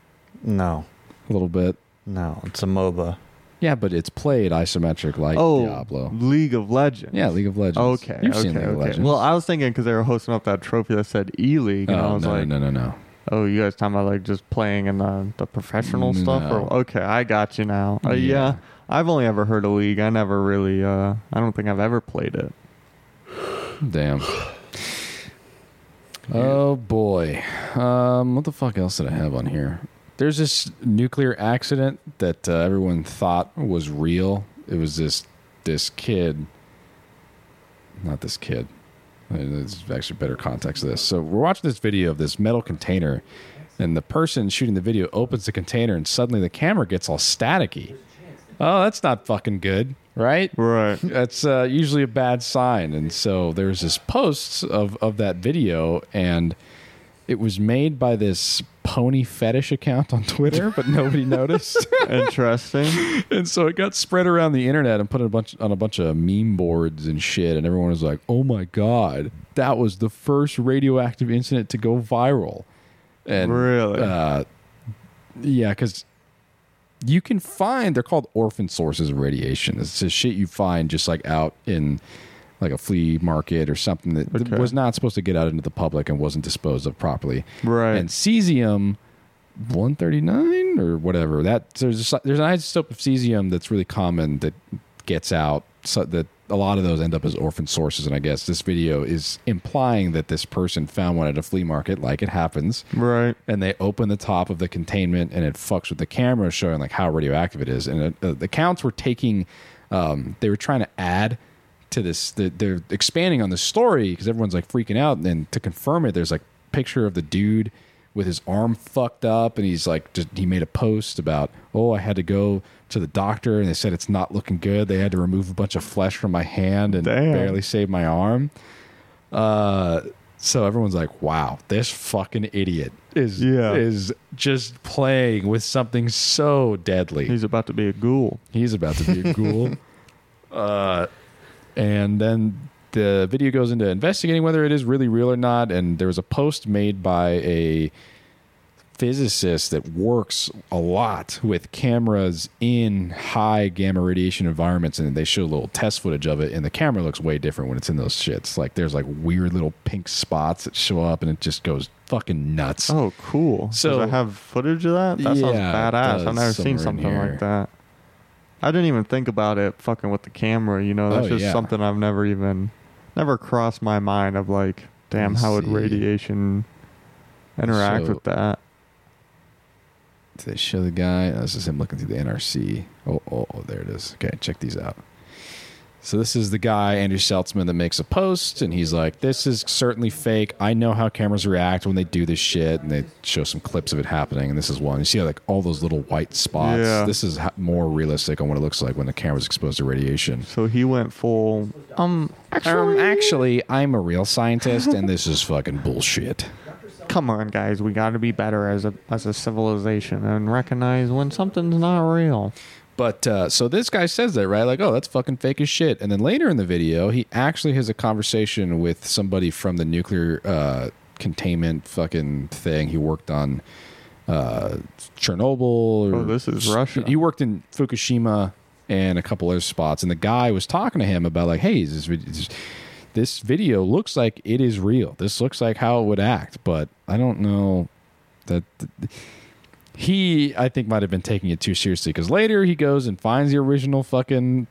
[SPEAKER 3] No,
[SPEAKER 1] a little bit.
[SPEAKER 3] no, it's a MOBA.
[SPEAKER 1] Yeah, but it's played isometric like
[SPEAKER 2] oh,
[SPEAKER 1] Diablo.
[SPEAKER 2] League of Legends.
[SPEAKER 1] Yeah, League of Legends.
[SPEAKER 2] Okay.
[SPEAKER 1] you've
[SPEAKER 2] okay,
[SPEAKER 1] seen League
[SPEAKER 2] okay.
[SPEAKER 1] of Legends.
[SPEAKER 2] Well, I was thinking because they were hosting up that trophy that said E League, and I
[SPEAKER 1] oh
[SPEAKER 2] was
[SPEAKER 1] no,
[SPEAKER 2] like,
[SPEAKER 1] no, no, no.
[SPEAKER 2] "Oh, you guys talking about like just playing in the, the professional stuff?"
[SPEAKER 1] No.
[SPEAKER 2] Or okay, I got you now. Uh, yeah.
[SPEAKER 1] Yeah.
[SPEAKER 2] I've only ever heard of League. I never really. Uh, I don't think I've ever played it.
[SPEAKER 1] Damn. Oh boy. Um, what the fuck else did I have on here? There's this nuclear accident that uh, everyone thought was real. It was this this kid, not this kid. I mean, There's actually better context to this. So we're watching this video of this metal container, and the person shooting the video opens the container, and suddenly the camera gets all staticky. Oh, that's not fucking good, right?
[SPEAKER 2] Right.
[SPEAKER 1] that's uh, usually a bad sign. And so there's this post of, of that video, and it was made by this pony fetish account on Twitter, but nobody noticed.
[SPEAKER 2] <laughs> Interesting.
[SPEAKER 1] and so it got spread around the internet and put a bunch on a bunch of meme boards and shit. And everyone was like, "Oh my god, that was the first radioactive incident to go viral." And
[SPEAKER 2] Really?
[SPEAKER 1] uh, yeah, because you can find they're called orphan sources of radiation. It's the shit you find just like out in like a flea market or something that
[SPEAKER 2] Okay.
[SPEAKER 1] was not supposed to get out into the public and wasn't disposed of properly.
[SPEAKER 2] Right.
[SPEAKER 1] And cesium 139 or whatever that there's a, there's an isotope of cesium that's really common that gets out so that a lot of those end up as orphan sources, and I guess this video is implying that this person found one at a flea market, like it happens,
[SPEAKER 2] Right.
[SPEAKER 1] and they open the top of the containment, and it fucks with the camera, showing like how radioactive it is. And it, uh, the counts were taking, um, they were trying to add to this. They're, they're expanding on the story because everyone's like freaking out, and then to confirm it, there's like picture of the dude with his arm fucked up and he's like just, he made a post about oh i had to go to the doctor and they said it's not looking good they had to remove a bunch of flesh from my hand and
[SPEAKER 2] Damn.
[SPEAKER 1] barely saved my arm uh so everyone's like wow this fucking idiot is
[SPEAKER 2] Yeah.
[SPEAKER 1] is just playing with something so deadly
[SPEAKER 2] He's about to be a ghoul.
[SPEAKER 1] He's about to be a ghoul. uh, and then the video goes into investigating whether it is really real or not. And there was a post made by a physicist that works a lot with cameras in high gamma radiation environments and they show little test footage of it and the camera looks way different when it's in those shits like there's like weird little pink spots that show up and it just goes fucking nuts
[SPEAKER 2] Oh, cool.
[SPEAKER 1] So-
[SPEAKER 2] Does it have footage of that? That sounds
[SPEAKER 1] Yeah, it
[SPEAKER 2] badass. I've
[SPEAKER 1] does,
[SPEAKER 2] never
[SPEAKER 1] somewhere
[SPEAKER 2] seen
[SPEAKER 1] in
[SPEAKER 2] something
[SPEAKER 1] here.
[SPEAKER 2] like that. I didn't even think about it fucking with the camera, you know. That's
[SPEAKER 1] Oh,
[SPEAKER 2] just
[SPEAKER 1] yeah.
[SPEAKER 2] something I've never even never crossed my mind of like, damn,
[SPEAKER 1] me
[SPEAKER 2] how would
[SPEAKER 1] see.
[SPEAKER 2] radiation interact
[SPEAKER 1] So-
[SPEAKER 2] with that?
[SPEAKER 1] They show the guy. oh, this is him looking through the NRC. Oh, oh, oh, there it is. Okay, check these out. So this is the guy Andrew Seltzman that makes a post, and he's like, "This is certainly fake. I know how cameras react when they do this shit." And they show some clips of it happening, and this is one. You see like all those little white spots.
[SPEAKER 2] Yeah.
[SPEAKER 1] This is ho- more realistic on what it looks like when the camera's exposed to radiation.
[SPEAKER 2] So he went full Um
[SPEAKER 1] Um,
[SPEAKER 2] actually
[SPEAKER 1] actually, I'm a real scientist, and this is fucking bullshit.
[SPEAKER 2] come on guys, we gotta be better as a as a civilization and recognize when something's not real.
[SPEAKER 1] But uh, so this guy says that, right? Like, oh, that's fucking fake as shit. And then later in the video, he actually has a conversation with somebody from the nuclear uh, containment fucking thing. He worked on uh, Chernobyl. Or,
[SPEAKER 2] Oh, this is Russia.
[SPEAKER 1] He worked in Fukushima and a couple other spots. And the guy was talking to him about, like, hey, is this video. Is this video looks like it is real. This looks like how it would act, but I don't know that he I think might have been taking it too seriously because later he goes and finds the original fucking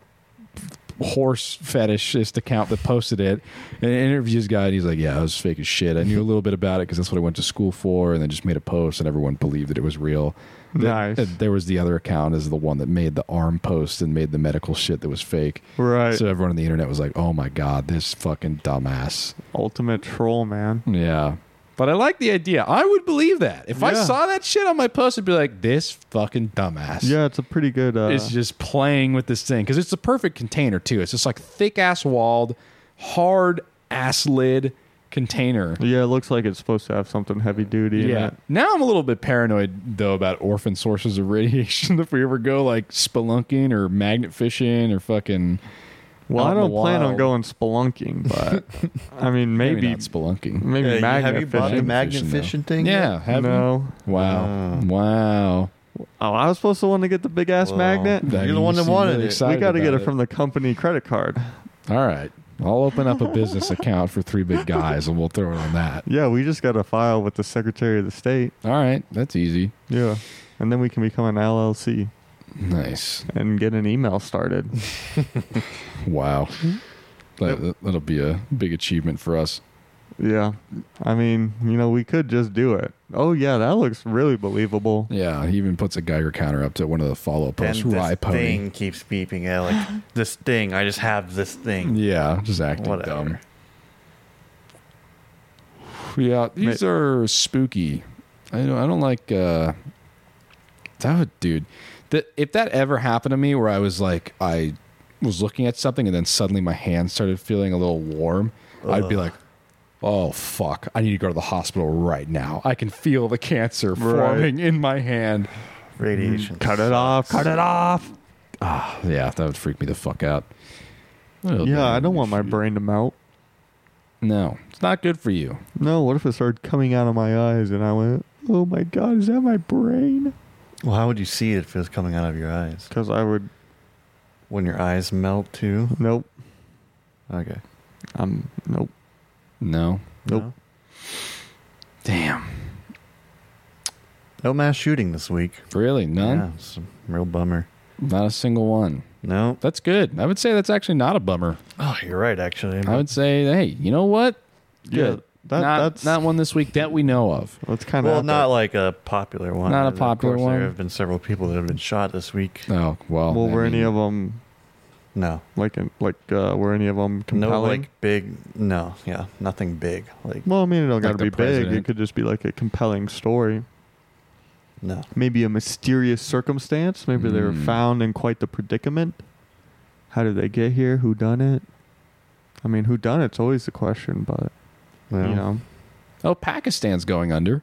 [SPEAKER 1] horse fetishist account that posted it and interviews guy and he's like yeah I was fake as shit I knew a little bit about it because that's what I went to school for and then just made a post and everyone believed that it was real Th-
[SPEAKER 2] Nice.
[SPEAKER 1] and there was the other account is the one that made the arm post and made the medical shit that was fake
[SPEAKER 2] Right.
[SPEAKER 1] so everyone on the internet was like oh my god this fucking dumbass
[SPEAKER 2] Ultimate troll man.
[SPEAKER 1] yeah. But I like the idea. I would believe that. If I
[SPEAKER 2] Yeah.
[SPEAKER 1] saw that shit on my post, I'd be like, this fucking dumbass.
[SPEAKER 2] Yeah, it's a pretty good uh,
[SPEAKER 1] Is just playing with this thing. Because it's the perfect container, too. It's just like thick ass walled, hard ass lid container.
[SPEAKER 2] Yeah, it looks like it's supposed to have something heavy duty. Yeah. In it.
[SPEAKER 1] Now I'm a little bit paranoid, though, about orphan sources of radiation <laughs> if we ever go like spelunking or magnet fishing or fucking.
[SPEAKER 2] Well,
[SPEAKER 1] out
[SPEAKER 2] I
[SPEAKER 1] in the
[SPEAKER 2] don't plan on
[SPEAKER 1] wild.
[SPEAKER 2] going spelunking,
[SPEAKER 1] <laughs>
[SPEAKER 2] but I mean,
[SPEAKER 1] Maybe,
[SPEAKER 2] maybe
[SPEAKER 1] not spelunking.
[SPEAKER 2] maybe
[SPEAKER 3] Yeah, you-
[SPEAKER 2] magnet
[SPEAKER 3] have you bought a
[SPEAKER 2] fishing.
[SPEAKER 3] magnet
[SPEAKER 1] though.
[SPEAKER 3] fishing thing yet?
[SPEAKER 1] Yeah. Have
[SPEAKER 2] no.
[SPEAKER 1] you? Wow. wow.
[SPEAKER 2] Oh, I was supposed to want to get the big ass
[SPEAKER 3] Well,
[SPEAKER 2] magnet.
[SPEAKER 1] That-
[SPEAKER 3] You're
[SPEAKER 1] you
[SPEAKER 3] the one that
[SPEAKER 1] seem
[SPEAKER 3] wanted
[SPEAKER 1] really
[SPEAKER 3] it.
[SPEAKER 2] we
[SPEAKER 1] excited
[SPEAKER 2] got to get
[SPEAKER 1] about
[SPEAKER 2] it from the company credit card.
[SPEAKER 1] All right. I'll open up a business account for three big guys and we'll throw it on that.
[SPEAKER 2] Yeah, we just got to file with the Secretary of the State.
[SPEAKER 1] All right. That's easy.
[SPEAKER 2] Yeah. And then we can become an LLC
[SPEAKER 1] Nice.
[SPEAKER 2] and get an
[SPEAKER 1] <laughs>
[SPEAKER 2] email started.
[SPEAKER 1] Wow. That, that'll be a big achievement for us.
[SPEAKER 2] yeah. I mean, you know, we could just do it. Oh, yeah, that looks really believable.
[SPEAKER 1] Yeah. He even puts a Geiger counter up to one of the follow up
[SPEAKER 3] And
[SPEAKER 1] posts.
[SPEAKER 3] this
[SPEAKER 1] Rye pony.
[SPEAKER 3] thing keeps beeping. Yeah, like
[SPEAKER 2] <laughs>
[SPEAKER 3] this thing. I just have this thing.
[SPEAKER 1] Yeah. Just acting
[SPEAKER 3] Whatever.
[SPEAKER 1] dumb. Yeah. These are spooky. I don't, I don't like. Uh, that would, dude. That if that ever happened to me, where I was like, I was looking at something and then suddenly my hand started feeling a little warm, I'd be like, "Oh fuck! I need to go to the hospital right now. I can feel the cancer forming in my hand."
[SPEAKER 3] Radiation.
[SPEAKER 2] Mm-hmm. Cut it off. Cut it off.
[SPEAKER 1] Ah, Yeah, that would freak me the fuck out. That'll be-
[SPEAKER 2] Yeah, I don't want my brain to melt.
[SPEAKER 1] No, it's not good for you.
[SPEAKER 2] No, what if it started coming out of my eyes and I went, oh my God, is that my brain?
[SPEAKER 3] Well, how would you see it if it was coming out of your eyes?
[SPEAKER 2] Because I would,
[SPEAKER 3] When your eyes melt too.
[SPEAKER 2] nope,
[SPEAKER 3] Okay.
[SPEAKER 2] I'm, nope,
[SPEAKER 1] No,
[SPEAKER 2] nope.
[SPEAKER 3] No?
[SPEAKER 1] damn.
[SPEAKER 3] No mass shooting this week.
[SPEAKER 1] Really, none.
[SPEAKER 3] Yeah, it's a real bummer.
[SPEAKER 1] Not a single one.
[SPEAKER 3] No.
[SPEAKER 1] That's good. I would say that's actually not a bummer.
[SPEAKER 3] Oh, you're right, actually.
[SPEAKER 1] I would say, hey, you know what?
[SPEAKER 2] Yeah, that,
[SPEAKER 1] not,
[SPEAKER 2] that's
[SPEAKER 1] not one this week that we know of.
[SPEAKER 2] that's kind of
[SPEAKER 3] well, not like a popular one.
[SPEAKER 1] Not a
[SPEAKER 3] Of
[SPEAKER 1] popular
[SPEAKER 3] course,
[SPEAKER 1] one.
[SPEAKER 3] There have been several people that have been shot this week.
[SPEAKER 1] Oh well.
[SPEAKER 2] well.
[SPEAKER 1] I
[SPEAKER 2] Were
[SPEAKER 1] mean,
[SPEAKER 2] any of them
[SPEAKER 3] No,
[SPEAKER 2] like in, like uh, were any of them compelling?
[SPEAKER 3] no, like big. No, yeah, nothing big. Like
[SPEAKER 2] well, I mean, it don't got
[SPEAKER 1] Like
[SPEAKER 2] to
[SPEAKER 1] the
[SPEAKER 2] be big.
[SPEAKER 1] president.
[SPEAKER 2] It could just be like a compelling story.
[SPEAKER 3] no.
[SPEAKER 2] Maybe a mysterious circumstance. Maybe they were
[SPEAKER 1] Mm.
[SPEAKER 2] found in quite the predicament. How did they get here? Who done it? I mean, who done it's always the question, but
[SPEAKER 3] no.
[SPEAKER 2] you know,
[SPEAKER 1] Oh, Pakistan's going under.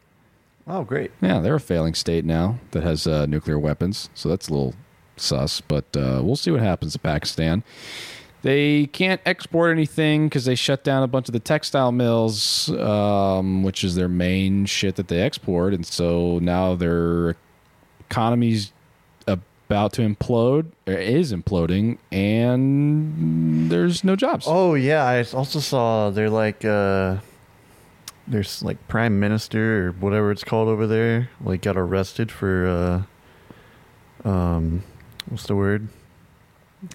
[SPEAKER 3] Oh, great.
[SPEAKER 1] Yeah, they're a failing state now that has uh, nuclear weapons, so that's a little sus. But uh, we'll see what happens to Pakistan. They can't export anything because they shut down a bunch of the textile mills, um, which is their main shit that they export, and so now their economy's about to implode, or is imploding, and there's no jobs.
[SPEAKER 3] Oh yeah, I also saw they're like uh there's like prime minister or whatever it's called over there, like got arrested for uh um what's the word?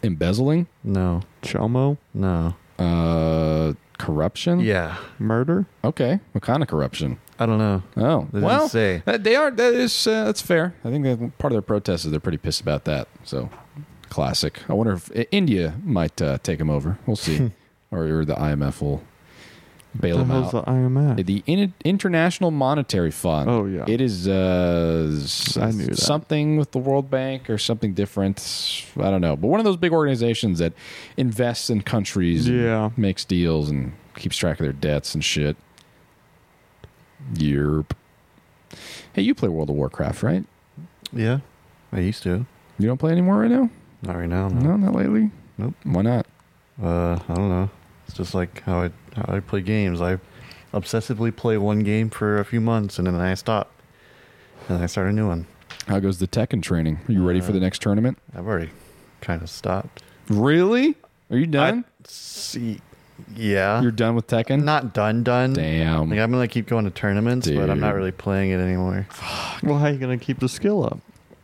[SPEAKER 1] Embezzling,
[SPEAKER 3] No.
[SPEAKER 2] Chomo
[SPEAKER 3] No.
[SPEAKER 1] uh, corruption.
[SPEAKER 3] Yeah.
[SPEAKER 2] murder.
[SPEAKER 1] Okay. What kind of corruption?
[SPEAKER 3] I don't know.
[SPEAKER 1] Oh,
[SPEAKER 3] They
[SPEAKER 1] well,
[SPEAKER 3] didn't say.
[SPEAKER 1] that- they are. That is uh, that's fair. I think that part of their protest is they're pretty pissed about that. So, classic. I wonder if uh, India might uh, take them over. We'll see, or, or the IMF will bail
[SPEAKER 2] The
[SPEAKER 1] them
[SPEAKER 2] hell's
[SPEAKER 1] out.
[SPEAKER 2] the IMF?
[SPEAKER 1] The In- International Monetary Fund.
[SPEAKER 2] Oh, yeah.
[SPEAKER 1] it is. Uh, s-
[SPEAKER 2] I knew that.
[SPEAKER 1] something with the World Bank or something different. I don't know, but one of those big organizations that invests in countries, and
[SPEAKER 2] Yeah.
[SPEAKER 1] makes deals, and keeps track of their debts and shit. Yerp. Hey, you play World of Warcraft, right?
[SPEAKER 3] Yeah. I used to.
[SPEAKER 1] You don't play anymore right now?
[SPEAKER 3] Not right now.
[SPEAKER 1] No,
[SPEAKER 3] No.
[SPEAKER 1] not lately.
[SPEAKER 3] Nope.
[SPEAKER 1] Why not?
[SPEAKER 3] Uh I don't know. It's just like how I how I play games. I obsessively play one game for a few months and then I stop. And I start a new one.
[SPEAKER 1] How goes the Tekken training? Are you ready for the next tournament?
[SPEAKER 3] I've already kind of stopped.
[SPEAKER 1] Really? Are you done?
[SPEAKER 3] See, yeah,
[SPEAKER 1] You're done with Tekken?
[SPEAKER 3] uh, not done. Done.
[SPEAKER 1] Damn.
[SPEAKER 3] Like I'm gonna keep going to tournaments, but I'm not
[SPEAKER 1] Dude.
[SPEAKER 3] really playing it anymore.
[SPEAKER 2] <laughs> Well, how you gonna keep the skill up?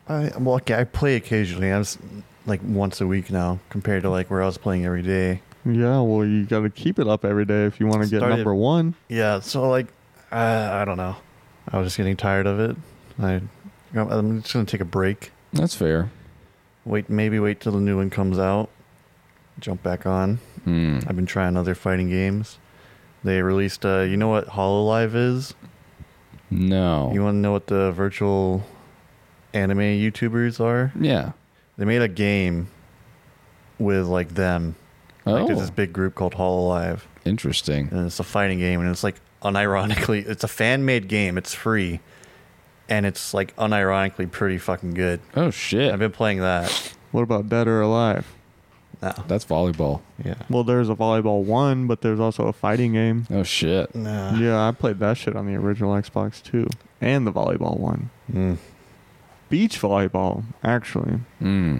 [SPEAKER 3] I well, okay, I play occasionally. I'm s- like once a week now, compared to like where I was playing every day.
[SPEAKER 2] Yeah, well, you got to keep it up every day if you want to get
[SPEAKER 3] Started-
[SPEAKER 2] number one.
[SPEAKER 3] Yeah, so like, uh, I don't know. I was just getting tired of it. I, I'm just gonna take a break.
[SPEAKER 1] That's fair.
[SPEAKER 3] Wait, maybe wait till the new one comes out. Jump back on.
[SPEAKER 1] Hmm.
[SPEAKER 3] I've been trying other fighting games. They released, uh, you know what Hololive is?
[SPEAKER 1] No.
[SPEAKER 3] You want to know what the virtual anime YouTubers are?
[SPEAKER 1] yeah.
[SPEAKER 3] They made a game with like them. Like
[SPEAKER 1] Oh,
[SPEAKER 3] there's this big group called Hololive,
[SPEAKER 1] interesting.
[SPEAKER 3] and it's a fighting game, and it's like unironically, it's a fan made game. It's free, and it's like unironically pretty fucking good.
[SPEAKER 1] Oh
[SPEAKER 3] I've
[SPEAKER 1] shit.
[SPEAKER 3] been playing that.
[SPEAKER 2] What about dead or alive?
[SPEAKER 3] No,
[SPEAKER 1] That's volleyball.
[SPEAKER 3] yeah,
[SPEAKER 2] Well, there's a volleyball one, but there's also a fighting game.
[SPEAKER 1] Oh shit.
[SPEAKER 3] no.
[SPEAKER 2] Yeah, I played that shit on the original Xbox too, and the volleyball one.
[SPEAKER 3] Mm.
[SPEAKER 2] Beach volleyball, actually.
[SPEAKER 1] Mm.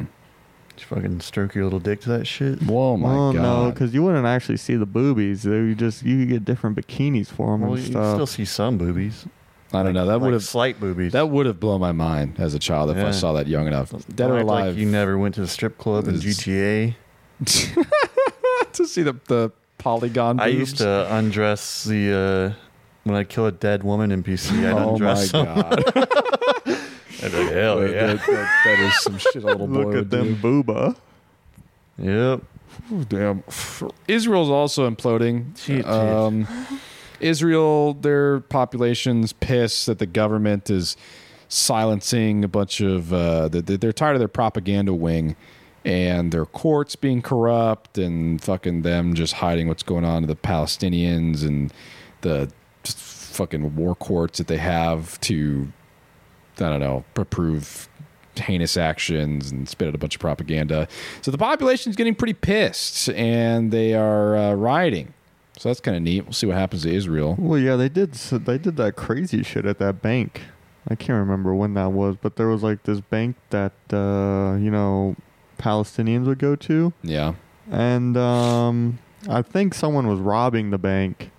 [SPEAKER 3] Did you fucking stroke your little dick to that shit?
[SPEAKER 1] Whoa, Oh my
[SPEAKER 3] Oh,
[SPEAKER 2] well, no,
[SPEAKER 1] god.
[SPEAKER 2] because you wouldn't actually see the boobies. though. You just you could get different bikinis for them
[SPEAKER 3] Well,
[SPEAKER 2] and
[SPEAKER 3] you
[SPEAKER 2] stuff.
[SPEAKER 3] still see some boobies.
[SPEAKER 1] I don't know. That would
[SPEAKER 3] like
[SPEAKER 1] have
[SPEAKER 3] slight boobies.
[SPEAKER 1] that would have blown my mind as a child if I
[SPEAKER 3] Yeah.
[SPEAKER 1] saw that young enough. Dead
[SPEAKER 3] Don't
[SPEAKER 1] or
[SPEAKER 3] act like
[SPEAKER 1] alive.
[SPEAKER 3] you never went to the strip club in
[SPEAKER 1] It's-
[SPEAKER 3] GTA.
[SPEAKER 1] to see the the polygon.
[SPEAKER 3] I
[SPEAKER 1] boobs.
[SPEAKER 3] used to undress the uh, when I kill a dead woman in PC. I'd
[SPEAKER 1] Oh my
[SPEAKER 3] undress. them. <laughs>
[SPEAKER 1] god.
[SPEAKER 3] I'd be like, hell
[SPEAKER 1] That-
[SPEAKER 3] yeah.
[SPEAKER 1] that- that- that is some shit a
[SPEAKER 3] <laughs>
[SPEAKER 1] little boy
[SPEAKER 2] Look
[SPEAKER 1] would
[SPEAKER 2] at them booba.
[SPEAKER 3] Yep.
[SPEAKER 1] do. Damn. Israel's also imploding.
[SPEAKER 3] Shit,
[SPEAKER 1] Um, Israel, their population's pissed that the government is silencing a bunch of. Uh, that that they're tired of their propaganda wing. And their courts being corrupt, and fucking them just hiding what's going on to the Palestinians, and the just fucking war courts that they have to I don't know, approve heinous actions and spit out a bunch of propaganda. So the population's getting pretty pissed and they are uh, rioting. So that's kind of neat. We'll see what happens to Israel.
[SPEAKER 2] Well, yeah, they did. s they did that crazy shit at that bank. I can't remember when that was, but there was like this bank that uh, you know Palestinians would go to,
[SPEAKER 1] Yeah.
[SPEAKER 2] and um, I think someone was robbing the bank,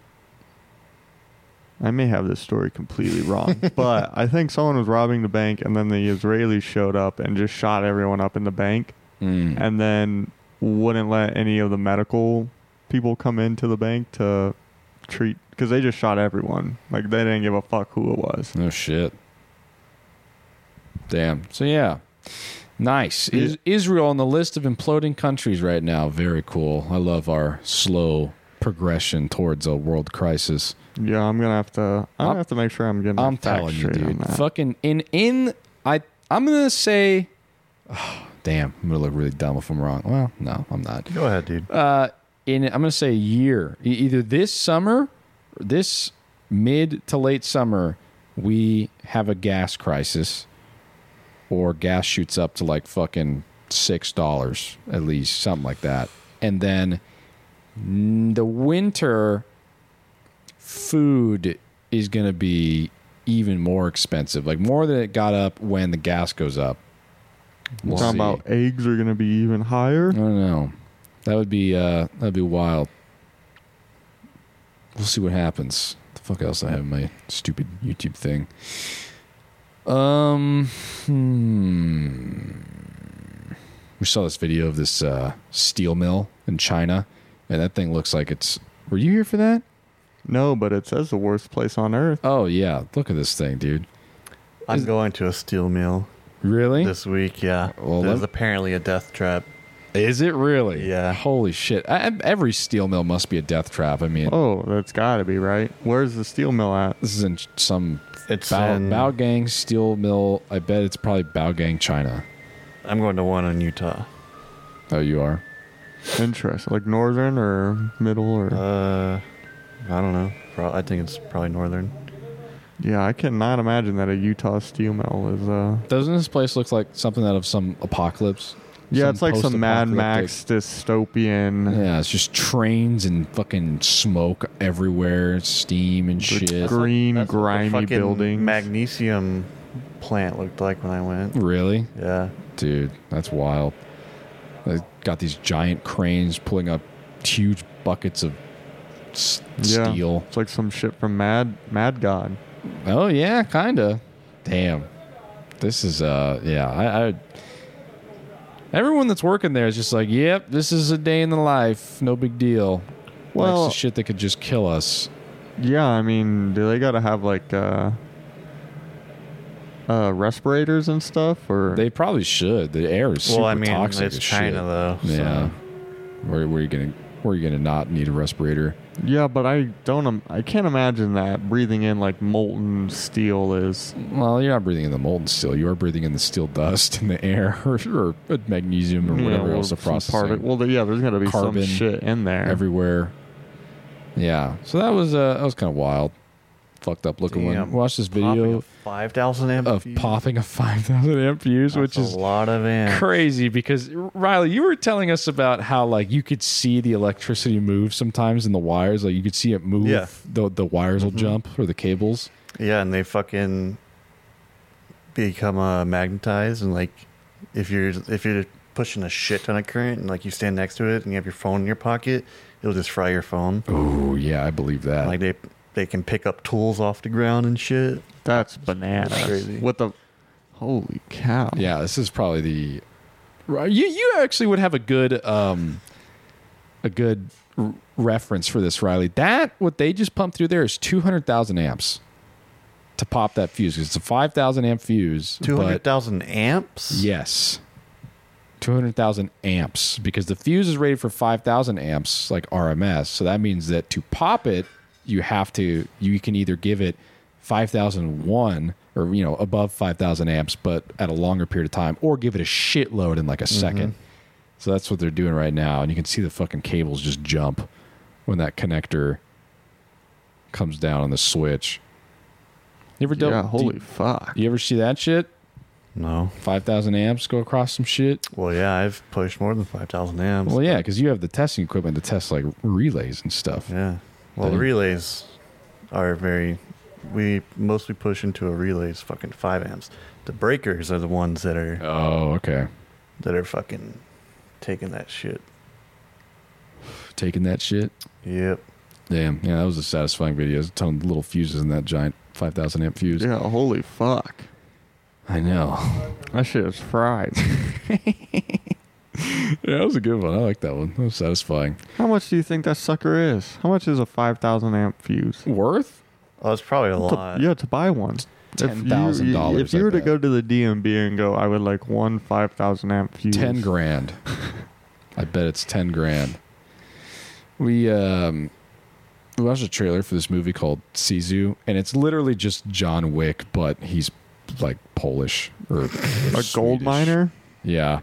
[SPEAKER 2] I may have this story completely wrong, but I think someone was robbing the bank and then the Israelis showed up and just shot everyone up in the bank
[SPEAKER 1] Mm.
[SPEAKER 2] and then wouldn't let any of the medical people come into the bank to treat because they just shot everyone. Like they didn't give a fuck who it was.
[SPEAKER 1] Oh shit. Damn. So yeah. Nice.
[SPEAKER 2] Yeah.
[SPEAKER 1] Is Israel on the list of imploding countries right now? Very cool. I love our slow progression towards a world crisis.
[SPEAKER 2] Yeah, I'm gonna have to. I'm,
[SPEAKER 1] I'm-
[SPEAKER 2] gonna have to make sure I'm getting. my
[SPEAKER 1] I'm
[SPEAKER 2] facts
[SPEAKER 1] telling you,
[SPEAKER 2] straight on
[SPEAKER 1] dude.
[SPEAKER 2] that.
[SPEAKER 1] Fucking in in I I'm gonna say <sighs> oh, damn, I'm gonna look really dumb if I'm wrong. Well, no, I'm not.
[SPEAKER 3] Go ahead, dude.
[SPEAKER 1] Uh in I'm gonna say a year. E- either this summer or this mid to late summer, we have a gas crisis or gas shoots up to like fucking six dollars at least, something like that. And then n- the winter food is going to be even more expensive, like more than it got up when the gas goes up.
[SPEAKER 2] We're
[SPEAKER 1] We'll
[SPEAKER 2] talking
[SPEAKER 1] see.
[SPEAKER 2] about eggs are gonna be even higher.
[SPEAKER 1] I don't know. That would be uh, that'd be wild. We'll see what happens. The fuck else I have in my stupid YouTube thing. Um, hmm. we saw this video of this uh, steel mill in China, and that thing looks like it's. Were you here for that?
[SPEAKER 2] No, but it says the worst place on earth.
[SPEAKER 1] Oh yeah, look at this thing, dude.
[SPEAKER 3] I'm going to a steel mill
[SPEAKER 1] Really?
[SPEAKER 3] this week. Yeah,
[SPEAKER 1] Well,
[SPEAKER 3] there's
[SPEAKER 1] let-
[SPEAKER 3] apparently a death trap.
[SPEAKER 1] Is it really?
[SPEAKER 3] Yeah.
[SPEAKER 1] Holy shit! I, I- every steel mill must be a death trap. I mean,
[SPEAKER 2] Oh, that's gotta be right. Where's the steel mill at?
[SPEAKER 1] this is in some
[SPEAKER 3] It's
[SPEAKER 1] Bao,
[SPEAKER 3] in,
[SPEAKER 1] Baogang Steel Mill. I bet it's probably Baogang, China.
[SPEAKER 3] I'm going to one in Utah.
[SPEAKER 1] Oh, you are.
[SPEAKER 2] Interesting. Like northern or middle or.
[SPEAKER 3] Uh, I don't know. Pro- I think it's probably northern.
[SPEAKER 2] yeah, I cannot imagine that a Utah steel mill is. uh
[SPEAKER 1] Doesn't this place look like something out of some apocalypse?
[SPEAKER 2] Yeah, it's like some Mad
[SPEAKER 1] post-apocalyptic-
[SPEAKER 2] Max dystopian.
[SPEAKER 1] Yeah, it's just trains and fucking smoke everywhere, steam and shit.
[SPEAKER 2] Green,
[SPEAKER 3] That's what the
[SPEAKER 2] grimy
[SPEAKER 3] fucking
[SPEAKER 2] buildings.
[SPEAKER 3] Magnesium plant looked like when I went.
[SPEAKER 1] Really,
[SPEAKER 3] Yeah.
[SPEAKER 1] dude, that's wild. They got these giant cranes pulling up huge buckets of s-
[SPEAKER 2] yeah.
[SPEAKER 1] steel.
[SPEAKER 2] It's like some shit from Mad Mad God.
[SPEAKER 1] Oh yeah, kinda. Damn, this is uh yeah. I, I everyone that's working there is just like, yep, this is a day in the life. No big deal.
[SPEAKER 2] Well-
[SPEAKER 1] Well, the shit that could just kill us.
[SPEAKER 2] Yeah, I mean, do they gotta have like uh uh respirators and stuff or
[SPEAKER 1] They probably should. The air is super
[SPEAKER 3] well, I mean,
[SPEAKER 1] toxic.
[SPEAKER 3] it's
[SPEAKER 1] as
[SPEAKER 3] China
[SPEAKER 1] shit.
[SPEAKER 3] though. so-
[SPEAKER 1] Yeah. Where, where are you gonna where are you gonna not need a respirator?
[SPEAKER 2] Yeah, but I don't um, I can't imagine that breathing in like molten steel is
[SPEAKER 1] Well, you're not breathing in the molten steel. You are breathing in the steel dust in the air, <laughs> or, or magnesium, or
[SPEAKER 2] you
[SPEAKER 1] whatever
[SPEAKER 2] know,
[SPEAKER 1] else the
[SPEAKER 2] some
[SPEAKER 1] process.
[SPEAKER 2] parti- well, there- yeah, there's gotta be
[SPEAKER 1] Carbon
[SPEAKER 2] some shit in there.
[SPEAKER 1] everywhere. Yeah. So that was uh, that was kind of wild, fucked up looking
[SPEAKER 3] Damn.
[SPEAKER 1] one. Watch this
[SPEAKER 3] Popping
[SPEAKER 1] video
[SPEAKER 3] a Five thousand amp.
[SPEAKER 1] of
[SPEAKER 3] fuse.
[SPEAKER 1] popping a five thousand amp fuse,
[SPEAKER 3] That's
[SPEAKER 1] which is
[SPEAKER 3] a lot of amps.
[SPEAKER 1] crazy because Riley, you were telling us about how like you could see the electricity move sometimes in the wires, like you could see it move.
[SPEAKER 3] Yeah. Mm-hmm.
[SPEAKER 1] The the wires will jump or the cables.
[SPEAKER 3] Yeah, and they fucking become uh, magnetized, and like if you're if you're pushing a shit ton of current, and like you stand next to it, and you have your phone in your pocket, it'll just fry your phone.
[SPEAKER 1] Oh yeah, I believe that.
[SPEAKER 3] Like they they can pick up tools off the ground and shit.
[SPEAKER 2] That's bananas.
[SPEAKER 3] Crazy.
[SPEAKER 2] What the Holy cow.
[SPEAKER 1] yeah, this is probably the. Right, You you actually would have a good um, a good r- reference for this, Riley. That what they just pumped through there is two hundred thousand amps to pop that fuse. 'cause It's a five thousand amp fuse.
[SPEAKER 3] Two hundred
[SPEAKER 1] but-
[SPEAKER 3] thousand amps.
[SPEAKER 1] Yes. 200,000 amps because the fuse is rated for 5,000 amps like RMS. So that means that to pop it, you have to you can either give it 5,001 or you know above 5,000 amps but at a longer period of time or give it a shitload in like
[SPEAKER 2] Mm-hmm.
[SPEAKER 1] a 2nd So that's what they're doing right now and you can see the fucking cables just jump when that connector comes down on the switch. You ever
[SPEAKER 2] Yeah,
[SPEAKER 1] done
[SPEAKER 2] holy
[SPEAKER 1] do-
[SPEAKER 2] fuck.
[SPEAKER 1] you ever see that shit?
[SPEAKER 3] No.
[SPEAKER 1] five thousand amps go across some shit.
[SPEAKER 3] Well, yeah, I've pushed more than five thousand amps.
[SPEAKER 1] Well, yeah, because you have the testing equipment to test like relays and stuff.
[SPEAKER 3] yeah. Well,
[SPEAKER 1] They-
[SPEAKER 3] relays are very. We mostly push into a relays fucking five amps. The breakers are the ones that are
[SPEAKER 1] Oh, okay.
[SPEAKER 3] that are fucking taking that shit.
[SPEAKER 1] Taking that shit.
[SPEAKER 3] Yep.
[SPEAKER 1] Damn. Yeah, that was a satisfying video. There's a ton of little fuses in that giant 5,000 amp fuse.
[SPEAKER 2] Yeah, holy fuck.
[SPEAKER 1] I know. <laughs>
[SPEAKER 2] That shit is fried.
[SPEAKER 1] Yeah, that was a good one. I like that one. That was satisfying.
[SPEAKER 2] How much do you think that sucker is? How much is a 5,000 amp fuse?
[SPEAKER 1] Worth?
[SPEAKER 3] Oh, it's probably a
[SPEAKER 2] To-
[SPEAKER 3] lot.
[SPEAKER 2] yeah, to buy one. If you-
[SPEAKER 1] $10,000,
[SPEAKER 2] If you were
[SPEAKER 1] I
[SPEAKER 2] to
[SPEAKER 1] bet.
[SPEAKER 2] go to the DMB and go, I would like one 5,000 amp fuse.
[SPEAKER 1] 10 grand. I bet it's 10 grand. We um we watched a trailer for this movie called Sizu and it's literally just John Wick but he's like Polish or
[SPEAKER 2] <laughs> A gold miner?
[SPEAKER 1] Yeah.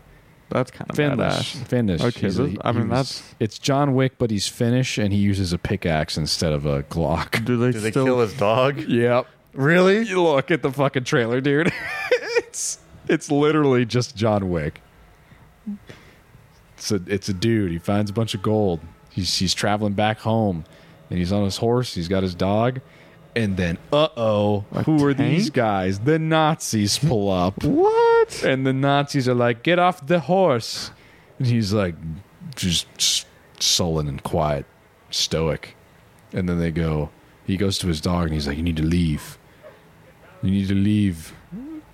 [SPEAKER 2] That's kind of
[SPEAKER 1] Finnish.
[SPEAKER 2] badass.
[SPEAKER 1] Finnish.
[SPEAKER 2] Okay,
[SPEAKER 1] He's
[SPEAKER 2] this- I
[SPEAKER 1] he
[SPEAKER 2] mean,
[SPEAKER 1] was-
[SPEAKER 2] that's-
[SPEAKER 1] it's John Wick but he's Finnish and he uses a pickaxe instead of a Glock.
[SPEAKER 2] Do they
[SPEAKER 3] Did they
[SPEAKER 2] still
[SPEAKER 3] kill his
[SPEAKER 2] <laughs>
[SPEAKER 3] dog?
[SPEAKER 1] Yep.
[SPEAKER 3] Really?
[SPEAKER 1] You look at the fucking trailer, dude. <laughs> it's it's literally just John Wick. It's a it's a dude. He finds a bunch of gold. He's he's traveling back home, and he's on his horse. He's got his dog, and then uh oh, who are these
[SPEAKER 2] tank?
[SPEAKER 1] guys? The Nazis pull up.
[SPEAKER 2] What?
[SPEAKER 1] And the Nazis are like, "Get off the horse," and he's like, just s- sullen and quiet, stoic. And then they go. He goes to his dog and he's like, "You need to leave. You need to leave."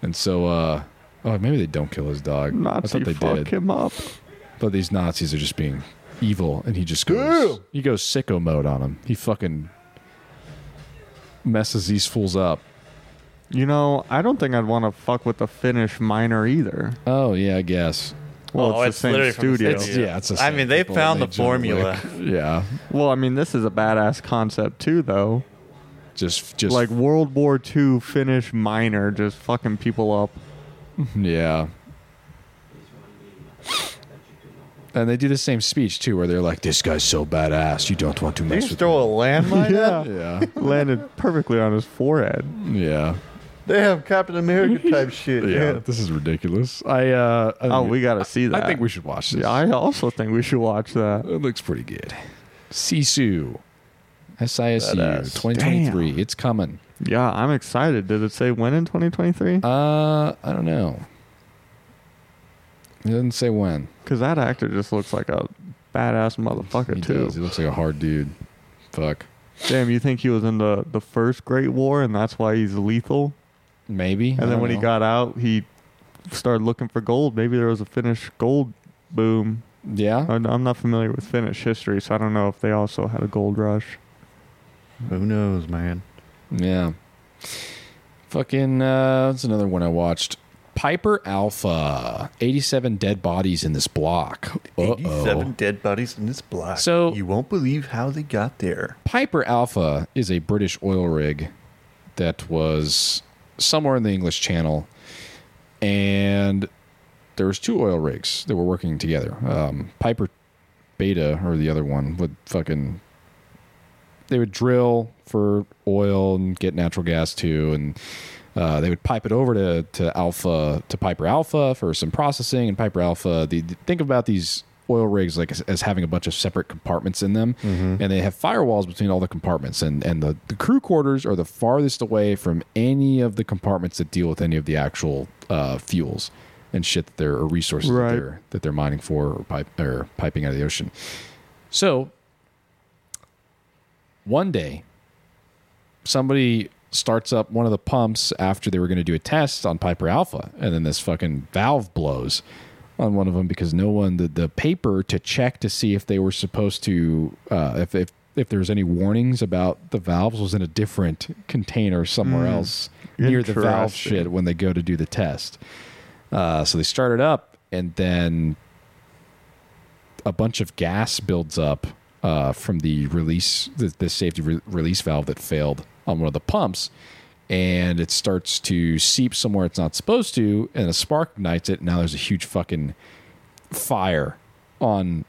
[SPEAKER 1] And so, uh, oh, maybe they don't kill his dog. I
[SPEAKER 2] Nazi
[SPEAKER 1] thought they
[SPEAKER 2] fuck
[SPEAKER 1] did,
[SPEAKER 2] him up.
[SPEAKER 1] but these Nazis are just being evil, and he just goes. He goes sicko mode on him. He fucking messes these fools up.
[SPEAKER 2] You know, I don't think I'd want to fuck with a Finnish miner either.
[SPEAKER 1] Oh yeah, I guess.
[SPEAKER 2] Well,
[SPEAKER 3] Oh,
[SPEAKER 2] it's,
[SPEAKER 3] it's
[SPEAKER 2] the same
[SPEAKER 3] literally from the
[SPEAKER 2] studio.
[SPEAKER 3] same-
[SPEAKER 1] It's,
[SPEAKER 3] Yeah.
[SPEAKER 1] yeah, it's. The
[SPEAKER 3] I
[SPEAKER 1] same
[SPEAKER 3] mean, they
[SPEAKER 1] people
[SPEAKER 3] found
[SPEAKER 1] that
[SPEAKER 3] the
[SPEAKER 1] made John
[SPEAKER 3] formula.
[SPEAKER 1] Wick. Yeah,
[SPEAKER 2] well, I mean, this is a badass concept too, though.
[SPEAKER 1] just just
[SPEAKER 2] Like World War II Finnish miner just fucking people up.
[SPEAKER 1] yeah and they do the same speech too where they're like this guy's so badass you don't want to
[SPEAKER 3] <laughs> Did
[SPEAKER 1] mess
[SPEAKER 3] you
[SPEAKER 1] with
[SPEAKER 3] throw a landmine? yeah.
[SPEAKER 1] him. yeah
[SPEAKER 2] Landed perfectly on his forehead.
[SPEAKER 1] yeah
[SPEAKER 3] They have Captain
[SPEAKER 2] <laughs>
[SPEAKER 3] America type shit.
[SPEAKER 1] yeah
[SPEAKER 3] Yeah.
[SPEAKER 1] this is ridiculous i uh I
[SPEAKER 2] Oh,
[SPEAKER 1] think-
[SPEAKER 2] we gotta see that.
[SPEAKER 1] i think we should watch this
[SPEAKER 2] Yeah, I also think we should watch that.
[SPEAKER 1] it looks pretty good sisu sisu
[SPEAKER 3] Badass.
[SPEAKER 1] 2023 it's coming
[SPEAKER 2] Yeah, I'm excited. Did it say when in 2023?
[SPEAKER 1] uh i don't know it doesn't say when
[SPEAKER 2] Because that actor just looks like a badass motherfucker
[SPEAKER 1] he
[SPEAKER 2] too.
[SPEAKER 1] does he looks like a hard dude fuck
[SPEAKER 2] Damn, you think he was in the the first Great War and that's why he's lethal?
[SPEAKER 1] maybe
[SPEAKER 2] And then when he
[SPEAKER 1] got.
[SPEAKER 2] got out, he started looking for gold. Maybe there was a Finnish gold boom.
[SPEAKER 1] yeah
[SPEAKER 2] Uh, I'm I'm not familiar with Finnish history, so I don't know if they also had a gold rush.
[SPEAKER 3] Who knows, man?
[SPEAKER 1] Yeah. Fucking, uh, that's another one I watched. Piper Alpha, 87 dead bodies in this block. Uh-oh.
[SPEAKER 3] 87 dead bodies in this block.
[SPEAKER 1] So-
[SPEAKER 3] you won't believe how they got there.
[SPEAKER 1] Piper Alpha is a British oil rig that was somewhere in the English Channel, and there was two oil rigs that were working together. Um, Piper Beta or the other one would fucking they would drill for oil and get natural gas too, and uh, they would pipe it over to to Alpha to Piper Alpha for some processing. And Piper Alpha, the, think about these oil rigs like as, as having a bunch of separate compartments in them, and they have firewalls between all the compartments. and And the the crew quarters are the farthest away from any of the compartments that deal with any of the actual uh, fuels and shit that they're or resources
[SPEAKER 2] Right.
[SPEAKER 1] that they're that they're mining for or pipe or piping out of the ocean. So one day somebody starts up one of the pumps after they were going to do a test on Piper Alpha, and then this fucking valve blows on one of them because no one the, the paper to check to see if they were supposed to uh, if if if there was any warnings about the valves was in a different container somewhere else near the valve
[SPEAKER 2] Interesting.
[SPEAKER 1] shit when they go to do the test. Uh, so they start it up, and then a bunch of gas builds up uh, from the release, the, the safety re- release valve that failed on one of the pumps, and it starts to seep somewhere it's not supposed to, and a spark ignites it. And now there's a huge fucking fire on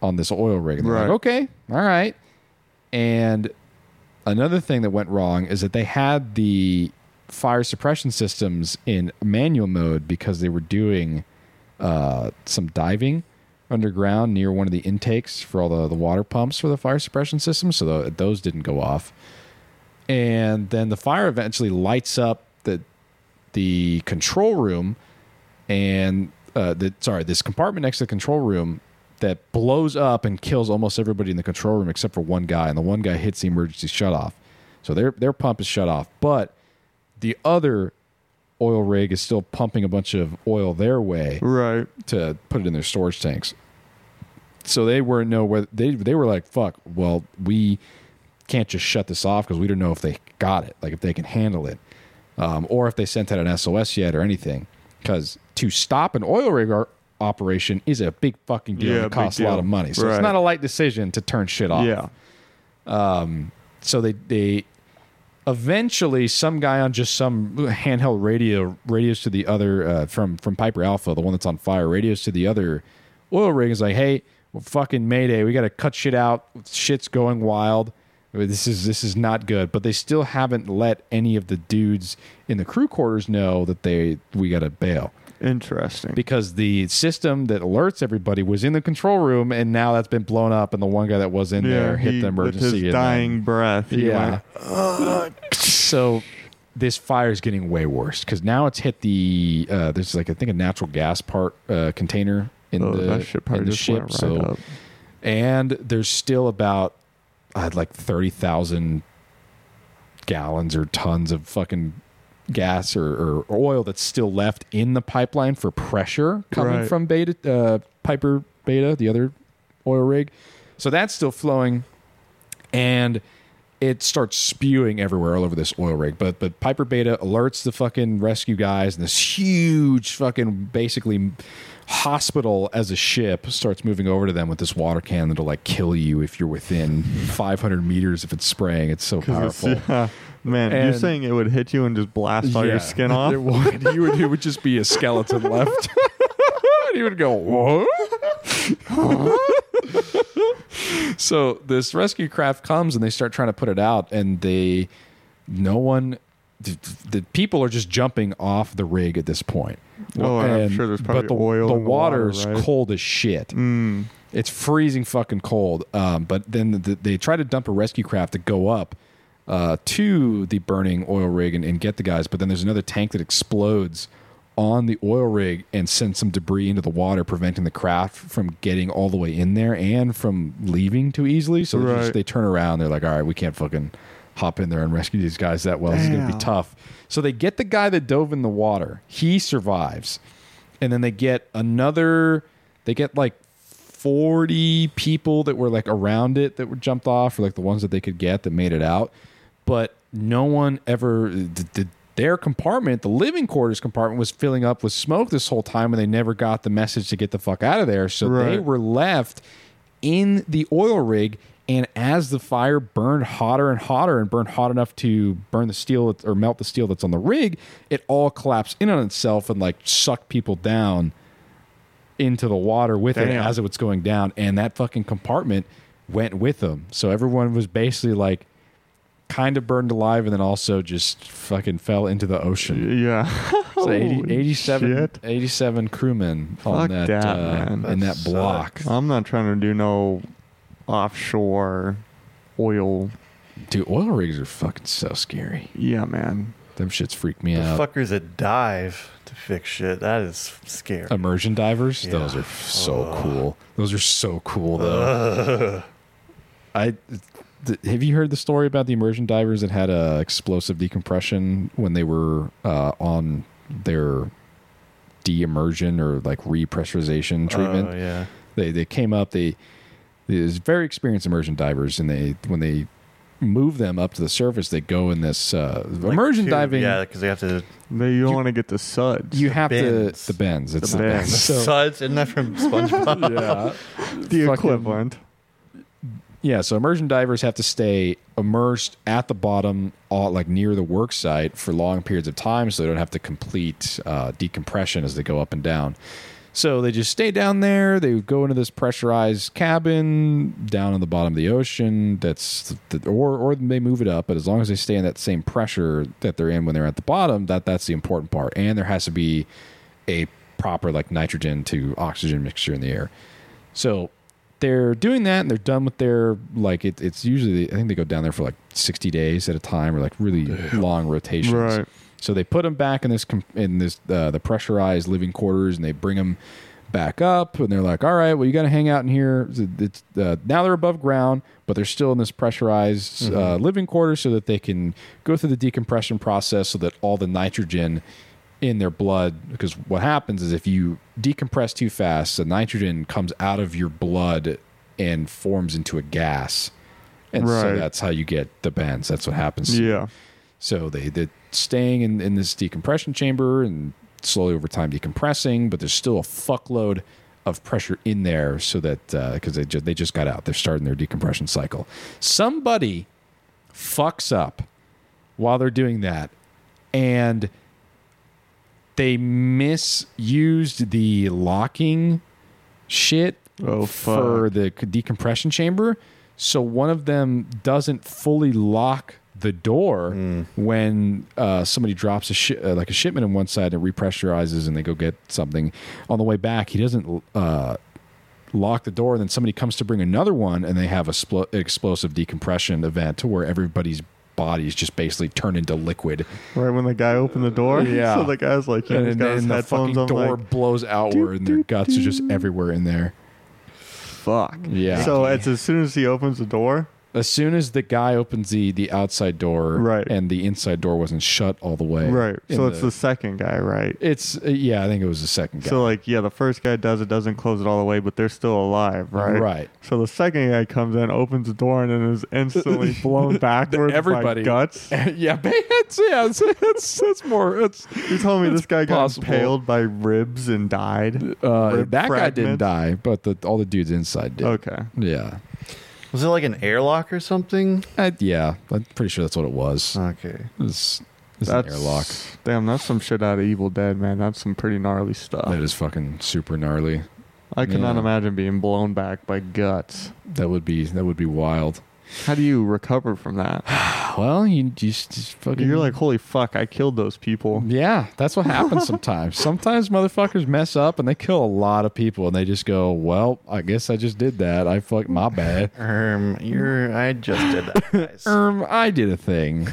[SPEAKER 1] on this oil rig. And they're
[SPEAKER 2] Right.
[SPEAKER 1] like, okay, all right. And another thing that went wrong is that they had the fire suppression systems in manual mode because they were doing uh, some diving underground near one of the intakes for all the, the water pumps for the fire suppression system. So tho- those didn't go off. And then the fire eventually lights up the the control room and uh, the sorry this compartment next to the control room that blows up and kills almost everybody in the control room except for one guy, and the one guy hits the emergency shutoff. So their their pump is shut off, but the other oil rig is still pumping a bunch of oil their way
[SPEAKER 2] Right.
[SPEAKER 1] to put it in their storage tanks. So they weren't know whether they they were like, "Fuck, well, we can't just shut this off because we don't know if they got it, like if they can handle it, um, or if they sent out an SOS yet or anything." Because to stop an oil rig ar- operation is a big fucking deal.
[SPEAKER 2] Yeah,
[SPEAKER 1] and
[SPEAKER 2] big
[SPEAKER 1] it costs a lot
[SPEAKER 2] deal.
[SPEAKER 1] of money, so
[SPEAKER 2] Right.
[SPEAKER 1] it's not a light decision to turn shit off
[SPEAKER 2] Yeah.
[SPEAKER 1] so they they eventually some guy on just some handheld radio radios to the other uh, from from Piper Alpha, the one that's on fire, radios to the other oil rig is like, hey, well, fucking Mayday, we got to cut shit out. Shit's going wild. This is this is not good. But they still haven't let any of the dudes in the crew quarters know that they we got to bail
[SPEAKER 2] Interesting.
[SPEAKER 1] because the system that alerts everybody was in the control room and now that's been blown up and the one guy that was in there hit
[SPEAKER 2] he-
[SPEAKER 1] the emergency
[SPEAKER 2] With his
[SPEAKER 1] and then-
[SPEAKER 2] dying breath. he
[SPEAKER 1] yeah.
[SPEAKER 2] went,
[SPEAKER 1] so this fire is getting way worse because now it's hit the uh, there's like I think a natural gas part uh, container in
[SPEAKER 2] oh,
[SPEAKER 1] the
[SPEAKER 2] that shit probably
[SPEAKER 1] in the
[SPEAKER 2] just
[SPEAKER 1] ship.
[SPEAKER 2] went right
[SPEAKER 1] so
[SPEAKER 2] up.
[SPEAKER 1] and there's still about uh, like thirty thousand gallons or tons of fucking gas or, or oil that's still left in the pipeline for pressure coming
[SPEAKER 2] Right.
[SPEAKER 1] from Beta uh, Piper Beta, the other oil rig. So that's still flowing, and it starts spewing everywhere all over this oil rig. But but Piper Beta alerts the fucking rescue guys, and this huge fucking basically hospital as a ship starts moving over to them with this water can that'll like kill you if you're within 500 meters if it's spraying. It's so powerful.
[SPEAKER 2] Yeah. Man, you're
[SPEAKER 1] And-
[SPEAKER 2] saying it would hit you and just blast all your
[SPEAKER 1] Yeah. <laughs>
[SPEAKER 2] skin off?
[SPEAKER 1] There would, you would, it would just be a
[SPEAKER 2] <laughs>
[SPEAKER 1] skeleton left. <laughs> and you would go, what? so this rescue craft comes and they start trying to put it out, and they, no one, the, the people are just jumping off the rig at this point.
[SPEAKER 2] Oh, I'm
[SPEAKER 1] And-
[SPEAKER 2] sure there's
[SPEAKER 1] but
[SPEAKER 2] probably
[SPEAKER 1] the,
[SPEAKER 2] oil
[SPEAKER 1] The
[SPEAKER 2] in the water,
[SPEAKER 1] water's
[SPEAKER 2] right? Mm.
[SPEAKER 1] cold as shit. It's freezing fucking cold. Um, but then the, they try to dump a rescue craft to go up uh, to the burning oil rig and, and get the guys. But then there's another tank that explodes on the oil rig and sends some debris into the water, preventing the craft from getting all the way in there and from leaving too easily. So they,
[SPEAKER 2] Right.
[SPEAKER 1] just, they turn around. They're like, all right, we can't fucking hop in there and rescue these guys that well. This is going to
[SPEAKER 2] Damn.
[SPEAKER 1] be tough. So they get the guy that dove in the water. He survives. And then they get another, they get like 40 people that were like around it that were jumped off or like the ones that they could get that made it out. But no one ever, the, the, their compartment, the living quarters compartment was filling up with smoke this whole time and they never got the message to get the fuck out of there. So they
[SPEAKER 2] Right.
[SPEAKER 1] were left in the oil rig. And as the fire burned hotter and hotter and burned hot enough to burn the steel or melt the steel that's on the rig, it all collapsed in on itself and like sucked people down into the water with it
[SPEAKER 2] Damn.
[SPEAKER 1] as it was going down. And that fucking compartment went with them. So everyone was basically like kind of burned alive and then also just fucking fell into the ocean.
[SPEAKER 2] yeah.
[SPEAKER 1] So 80,
[SPEAKER 2] Holy
[SPEAKER 1] 87,
[SPEAKER 2] shit.
[SPEAKER 1] 87 crewmen on
[SPEAKER 2] Fuck
[SPEAKER 1] that,
[SPEAKER 2] that,
[SPEAKER 1] uh,
[SPEAKER 2] man.
[SPEAKER 1] in
[SPEAKER 3] That
[SPEAKER 1] that block.
[SPEAKER 2] I'm not trying to do no offshore oil.
[SPEAKER 1] Dude, oil rigs are fucking so scary.
[SPEAKER 2] Yeah, man.
[SPEAKER 1] Them shits freak me
[SPEAKER 3] The
[SPEAKER 1] out.
[SPEAKER 3] fuckers that dive to fix shit. That is scary.
[SPEAKER 1] Immersion divers,
[SPEAKER 3] Yeah.
[SPEAKER 1] those are so cool. Those are so cool though. I th- have you heard the story about the immersion divers that had a explosive decompression when they were uh, on their de-immersion or like repressurization treatment?
[SPEAKER 3] Oh, yeah.
[SPEAKER 1] They they came up. They there's very experienced immersion divers, and they when they move them up to the surface, they go in this uh,
[SPEAKER 3] Like
[SPEAKER 1] immersion
[SPEAKER 3] two-
[SPEAKER 1] diving.
[SPEAKER 3] Yeah, because they have to.
[SPEAKER 2] They, you don't want to get the suds.
[SPEAKER 1] you have
[SPEAKER 3] bends.
[SPEAKER 1] to the bends. It's
[SPEAKER 2] The
[SPEAKER 1] the
[SPEAKER 2] bends.
[SPEAKER 1] bends. So-
[SPEAKER 3] <laughs> Suds, isn't that from <laughs> SpongeBob?
[SPEAKER 1] <laughs> yeah.
[SPEAKER 2] the equivalent.
[SPEAKER 1] Yeah, so immersion divers have to stay immersed at the bottom, all, like near the work site, for long periods of time, so they don't have to complete uh, decompression as they go up and down. So they just stay down there. They go into this pressurized cabin down on the bottom of the ocean. That's the, or or they move it up, but as long as they stay in that same pressure that they're in when they're at the bottom, that that's the important part. And there has to be a proper like nitrogen to oxygen mixture in the air. So they're doing that and they're done with their like it, it's usually I think they go down there for like 60 days at a time or like really long rotations.
[SPEAKER 2] Right.
[SPEAKER 1] So they put them back in this com- in this uh, the pressurized living quarters and they bring them back up and they're like all right well you got to hang out in here it's, it's, uh, now they're above ground but they're still in this pressurized uh, living quarters so that they can go through the decompression process so that all the nitrogen in their blood because what happens is if you decompress too fast the nitrogen comes out of your blood and forms into a gas and so
[SPEAKER 2] Right.
[SPEAKER 1] that's how you get the bends that's what happens to
[SPEAKER 2] Yeah.
[SPEAKER 1] so they they're staying in, in this decompression chamber and slowly over time decompressing, but there's still a fuckload of pressure in there so that because they just they just got out, they're starting their decompression cycle. Somebody fucks up while they're doing that, and they misused the locking shit
[SPEAKER 2] Oh,
[SPEAKER 1] for the c- decompression chamber. So one of them doesn't fully lock the door when uh, somebody drops a shi- uh, like a shipment on one side and repressurizes, and they go get something. On the way back, he doesn't uh, lock the door, and then somebody comes to bring another one, and they have a spl- explosive decompression event to where everybody's bodies just basically turn into liquid,
[SPEAKER 2] Right when the guy opened the door. <laughs>
[SPEAKER 1] Yeah.
[SPEAKER 2] so the guy's like, yeah,
[SPEAKER 1] and,
[SPEAKER 2] he's
[SPEAKER 1] then
[SPEAKER 2] got his
[SPEAKER 1] the
[SPEAKER 2] headphones
[SPEAKER 1] fucking
[SPEAKER 2] on.
[SPEAKER 1] door
[SPEAKER 2] Like,
[SPEAKER 1] blows outward, and their
[SPEAKER 2] doop,
[SPEAKER 1] guts are just everywhere in there.
[SPEAKER 2] fuck.
[SPEAKER 1] Yeah.
[SPEAKER 2] So it's as soon as he opens the door.
[SPEAKER 1] As soon as the guy opens the the outside door,
[SPEAKER 2] Right.
[SPEAKER 1] and the inside door wasn't shut all the way,
[SPEAKER 2] Right.
[SPEAKER 1] in
[SPEAKER 2] So it's the second guy, right?
[SPEAKER 1] it's uh, yeah, I think it was the second guy.
[SPEAKER 2] So like, yeah, the first guy does it, doesn't close it all the way, but they're still alive, right?
[SPEAKER 1] Right. <laughs>
[SPEAKER 2] So the second guy comes in, opens the door, and then is instantly
[SPEAKER 1] <laughs>
[SPEAKER 2] blown backwards
[SPEAKER 1] everybody.
[SPEAKER 2] by guts.
[SPEAKER 1] yeah, ba- it's, yeah, it's, it's, it's more. <laughs> It's
[SPEAKER 2] You told me this guy got
[SPEAKER 1] possible.
[SPEAKER 2] impaled by ribs and died.
[SPEAKER 1] uh,
[SPEAKER 2] Rib
[SPEAKER 1] that guy didn't
[SPEAKER 2] fragments?
[SPEAKER 1] die, but the, all the dudes inside did.
[SPEAKER 2] Okay.
[SPEAKER 1] Yeah,
[SPEAKER 3] Was it like an airlock or something?
[SPEAKER 1] I, yeah, I'm pretty sure that's what it was.
[SPEAKER 3] Okay.
[SPEAKER 1] It's, it's an airlock.
[SPEAKER 2] Damn, that's some shit out of Evil Dead, man. That's some pretty gnarly stuff.
[SPEAKER 1] That is fucking super gnarly.
[SPEAKER 2] I cannot
[SPEAKER 1] yeah.
[SPEAKER 2] imagine being blown back by guts.
[SPEAKER 1] That would be that would be wild.
[SPEAKER 2] How do you recover from that?
[SPEAKER 1] Well, you just, just fucking
[SPEAKER 2] You're like, holy fuck, I killed those people.
[SPEAKER 1] Yeah, that's what happens
[SPEAKER 2] <laughs>
[SPEAKER 1] sometimes. sometimes motherfuckers mess up and they kill a lot of people, and they just go, "Well, I guess I just did that. I fucked my
[SPEAKER 2] <laughs>
[SPEAKER 1] bad.
[SPEAKER 3] Um, you're. I just did that.
[SPEAKER 1] <laughs>
[SPEAKER 3] guys.
[SPEAKER 1] Um, I did a
[SPEAKER 2] <laughs>
[SPEAKER 1] thing.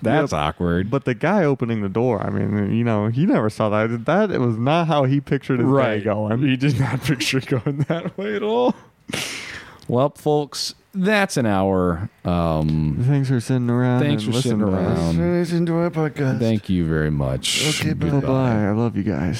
[SPEAKER 1] That's awkward."
[SPEAKER 2] But <laughs> the guy opening the door, I mean, you know, he never saw that. That it was not how he pictured his day going.
[SPEAKER 1] He did not <laughs> picture going that way at all. well, folks, that's an hour. Um,
[SPEAKER 2] Thanks for sitting around.
[SPEAKER 1] Thanks
[SPEAKER 2] and
[SPEAKER 1] for sitting
[SPEAKER 2] listening to us.
[SPEAKER 1] around.
[SPEAKER 3] Listen to our podcast.
[SPEAKER 1] thank you very much.
[SPEAKER 3] Okay,
[SPEAKER 1] Goodbye.
[SPEAKER 2] Bye. I love you guys.